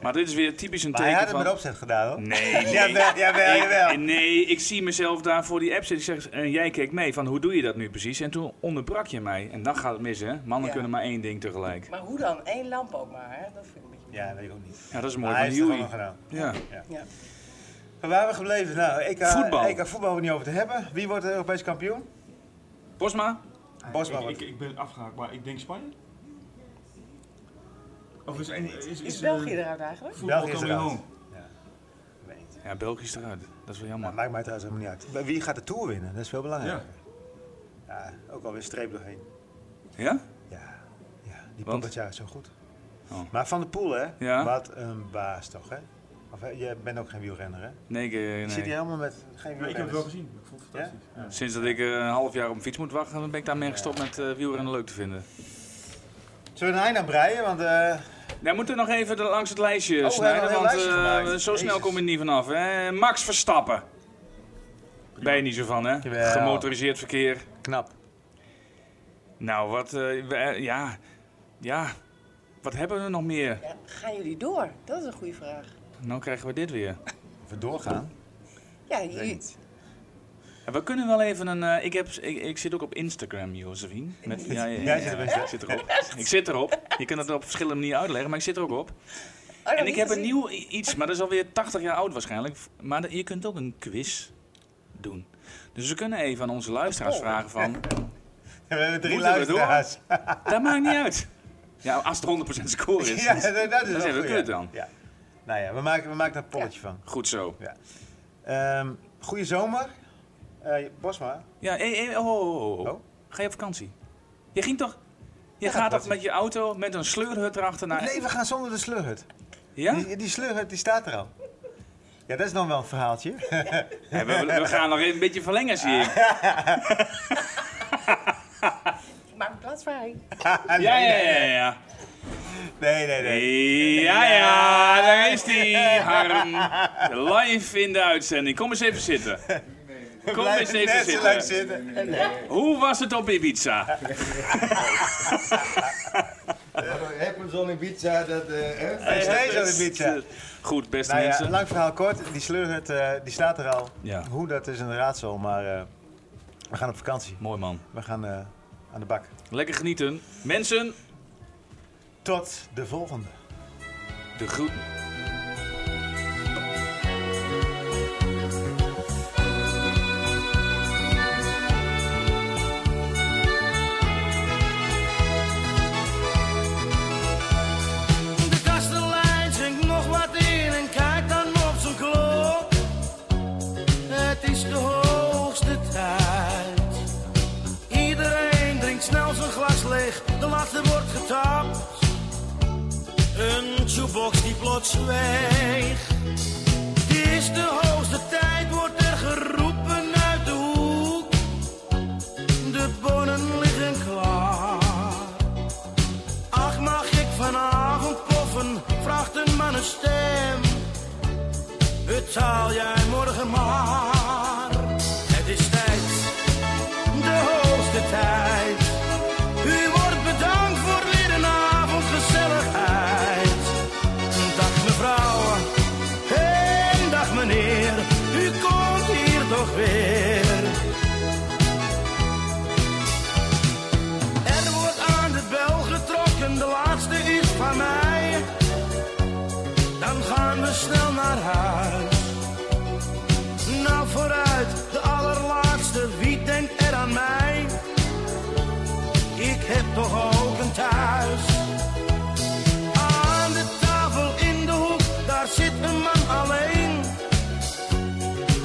Speaker 4: Maar dit is weer typisch een
Speaker 5: Maar hij
Speaker 4: teken
Speaker 5: had het
Speaker 4: van...
Speaker 5: met opzet gedaan, hoor.
Speaker 4: Nee, nee.
Speaker 5: Jawel, jawel,
Speaker 4: Ik-
Speaker 5: jawel.
Speaker 4: nee, ik zie mezelf daar voor die app zitten. Ik zeg, en jij keek mee van hoe doe je dat nu precies? En toen onderbrak je mij. En dan gaat het mis, hè? Mannen
Speaker 8: Ja.
Speaker 4: kunnen maar één ding tegelijk.
Speaker 8: Maar hoe dan? Eén lamp ook maar, hè? Dat vind ik een beetje...
Speaker 5: Ja, weet ik ook niet.
Speaker 4: Ja, dat is
Speaker 5: Maar
Speaker 4: mooi
Speaker 5: hij
Speaker 4: van
Speaker 5: heeft het
Speaker 4: Joey.
Speaker 5: allemaal gedaan.
Speaker 4: Ja.
Speaker 8: Ja.
Speaker 5: Maar waar hebben we gebleven? Nou, ik eh,
Speaker 4: Voetbal.
Speaker 5: Ik, eh, voetbal we niet over te hebben. Wie wordt de Europese kampioen?
Speaker 4: Bosma?
Speaker 5: Bosma
Speaker 1: Ah, Ik,
Speaker 5: wordt.
Speaker 1: ik ben afgehaakt, maar ik denk Spanje. Of is, is, is,
Speaker 8: Is
Speaker 1: eh,
Speaker 8: België eruit eigenlijk?
Speaker 1: voetbal
Speaker 5: België is
Speaker 1: coming
Speaker 5: eruit.
Speaker 1: home?
Speaker 5: Ik weet niet.
Speaker 4: Ja, België is eruit. Dat is wel jammer.
Speaker 5: Maar maakt mij trouwens helemaal niet uit. Maar Wie gaat de Tour winnen? Dat is veel belangrijker. Ja. ook alweer streep doorheen.
Speaker 4: Ja?
Speaker 5: Ja, ja die
Speaker 4: Want?
Speaker 5: pompt het jaar zo goed.
Speaker 4: Oh.
Speaker 5: Maar Van de Poel, hè?
Speaker 4: Ja.
Speaker 5: Wat een baas toch, hè? Of, hè, jij bent ook geen wielrenner, hè?
Speaker 4: Nee, ik, eh,
Speaker 5: Je
Speaker 4: nee.
Speaker 5: zit hier helemaal met
Speaker 1: Ja,
Speaker 5: geen
Speaker 1: ik heb het
Speaker 5: wielrenners.
Speaker 1: wel gezien. Ik vond het fantastisch. Ja?
Speaker 4: Sinds dat ik eh, een half jaar op een fiets moet wachten, ben ik daarmee gestopt met eh wielrennen leuk te vinden.
Speaker 5: Zullen we een eind aan breien? Want eh,
Speaker 4: Daar moeten we nog even de- langs het lijstje
Speaker 5: Oh, hebben
Speaker 4: snijden,
Speaker 5: een heel
Speaker 4: want
Speaker 5: lijstje
Speaker 4: eh,
Speaker 5: gemaakt.
Speaker 4: zo snel
Speaker 5: Jezus.
Speaker 4: kom je er niet vanaf. Hè? Max Verstappen. Ben je niet zo van, hè?
Speaker 5: Jawel.
Speaker 4: Gemotoriseerd verkeer.
Speaker 5: knap.
Speaker 4: Nou, wat, eh, we- eh, ja, ja, wat hebben we nog meer?
Speaker 8: Ja, gaan jullie door? Dat is een goede vraag.
Speaker 4: Nou krijgen we dit weer.
Speaker 5: Even doorgaan.
Speaker 8: Ja, jullie...
Speaker 4: En we kunnen wel even een, eh, ik, heb, ik, ik zit ook op Instagram, Josephine. Met, ja, ja, ja,
Speaker 5: Jij
Speaker 4: ja,
Speaker 5: zit op
Speaker 4: ik zit erop. Ik zit erop. Je kunt het op verschillende manieren uitleggen, maar ik zit er ook op.
Speaker 8: Oh, dat
Speaker 4: En ik
Speaker 8: niet
Speaker 4: heb een
Speaker 8: gezien.
Speaker 4: nieuw i- iets, maar dat is alweer 80 jaar oud waarschijnlijk. Maar de- je kunt ook een quiz doen. Dus we kunnen even aan onze luisteraars vragen van...
Speaker 5: We hebben drie
Speaker 4: Moeten we door?
Speaker 5: luisteraars.
Speaker 4: Dat maakt niet uit. Ja, als het 100% score is.
Speaker 5: Ja, dat is wel
Speaker 4: even
Speaker 5: goed,
Speaker 4: kut
Speaker 5: ja.
Speaker 4: dan.
Speaker 5: Ja. Nou ja, we maken, we maken er een polletje van.
Speaker 4: Goed zo.
Speaker 5: Ehm goeie zomer. Eh, Bosma.
Speaker 4: Ja, hé, hé, oh, oh, oh, oh.
Speaker 5: Oh.
Speaker 4: Ga je op vakantie? Je ging toch... Je gaat toch met je auto met een sleurhut erachter naar...
Speaker 5: Nee, we gaan zonder de slurhut.
Speaker 4: Ja?
Speaker 5: Die, die slurhut die staat er al. Ja, dat is dan wel een verhaaltje.
Speaker 4: Ja, we, we gaan nog even een beetje verlengen, zie ik.
Speaker 8: Ik maak plaats voor haar.
Speaker 4: Ja, ja, ja, ja.
Speaker 5: Ah, Nee, nee, nee.
Speaker 4: Ja, ja, daar is die Harm. Live in de uitzending. Kom eens even zitten. Kom eens
Speaker 5: Blijf
Speaker 4: even
Speaker 5: net zo lang
Speaker 4: zitten.
Speaker 5: zitten.
Speaker 4: Hoe was het op Ibiza?
Speaker 9: happens on Ibiza dat... eh, hè?
Speaker 5: Hij is steeds aan de pizza.
Speaker 4: Goed, beste
Speaker 5: Nou ja,
Speaker 4: mensen.
Speaker 5: lang verhaal kort. Die slurhut eh, die staat er al.
Speaker 4: Ja.
Speaker 5: Hoe, dat is een raadsel. Maar eh, we gaan op vakantie.
Speaker 4: Mooi man.
Speaker 5: We gaan eh, aan de bak.
Speaker 4: Lekker genieten. Mensen,
Speaker 5: Tot de volgende.
Speaker 4: de groeten.
Speaker 10: De kastelein zingt nog wat in en kijkt dan op zijn klok. Het is de hoogste tijd. Iedereen drinkt snel zijn glas leeg, de laatste wordt getapt. Een jukebox die plots zweeg. Het is de hoogste tijd, wordt er geroepen uit de hoek. De bonnen liggen klaar. Ach, mag ik vanavond poffen? Vraagt een mannenstem. Betaal jij morgen maar? Het is tijd, de hoogste tijd. U wordt bedankt voor weer een avond gezelligheid. Dag mevrouw, en dag meneer, u komt hier toch weer. naar huis. Nou vooruit, de allerlaatste, wie denkt er aan mij? Ik heb toch ook een thuis. Aan de tafel in de hoek, daar zit een man alleen.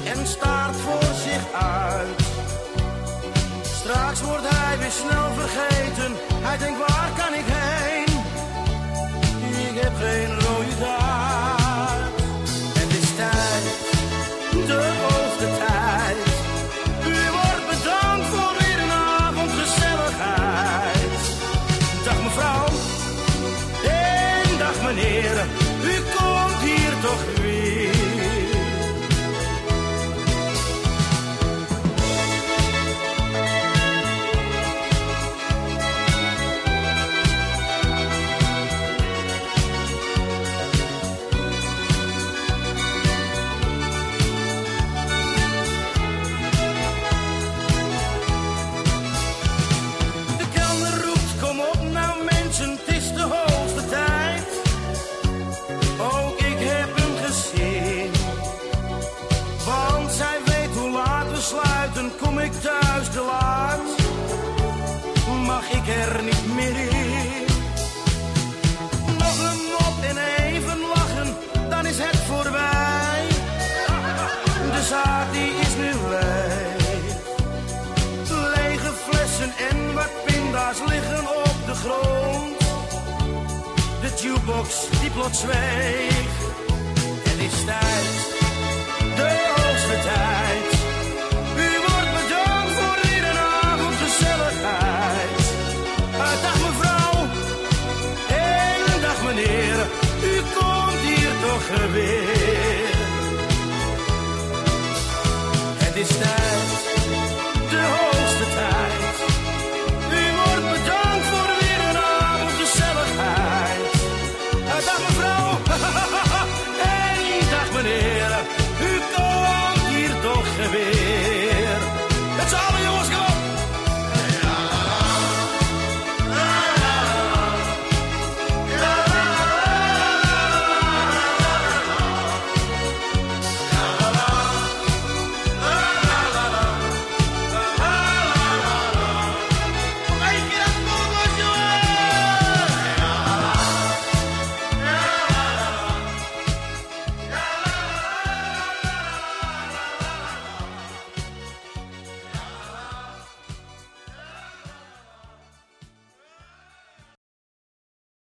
Speaker 10: En staart voor zich uit. Straks wordt hij weer snel vergeten. Hij denkt waar kan ik heen? Ik heb geen rode dag. Het is tijd, de hoogste tijd. U wordt bedankt voor weer een avond gezelligheid. Dag mevrouw, en dag meneer. U komt hier toch weer. De kelner roept, kom op nou mensen, het is de hoogste tijd. Ook ik heb een gezin. Want zij weet hoe laat we sluiten, kom ik thuis te laat. Mag ik er niet meer in. Nog een mop en even lachen, dan is het voorbij. De zaak die is nu leeg. Lege flessen en wat pinda's liggen op de grond. De jukebox die plots zweeg. Het is tijd, de hoogste tijd. U wordt bedankt voor in een avond gezelligheid. Eh, Dag mevrouw, en dag meneer, u komt hier toch weer.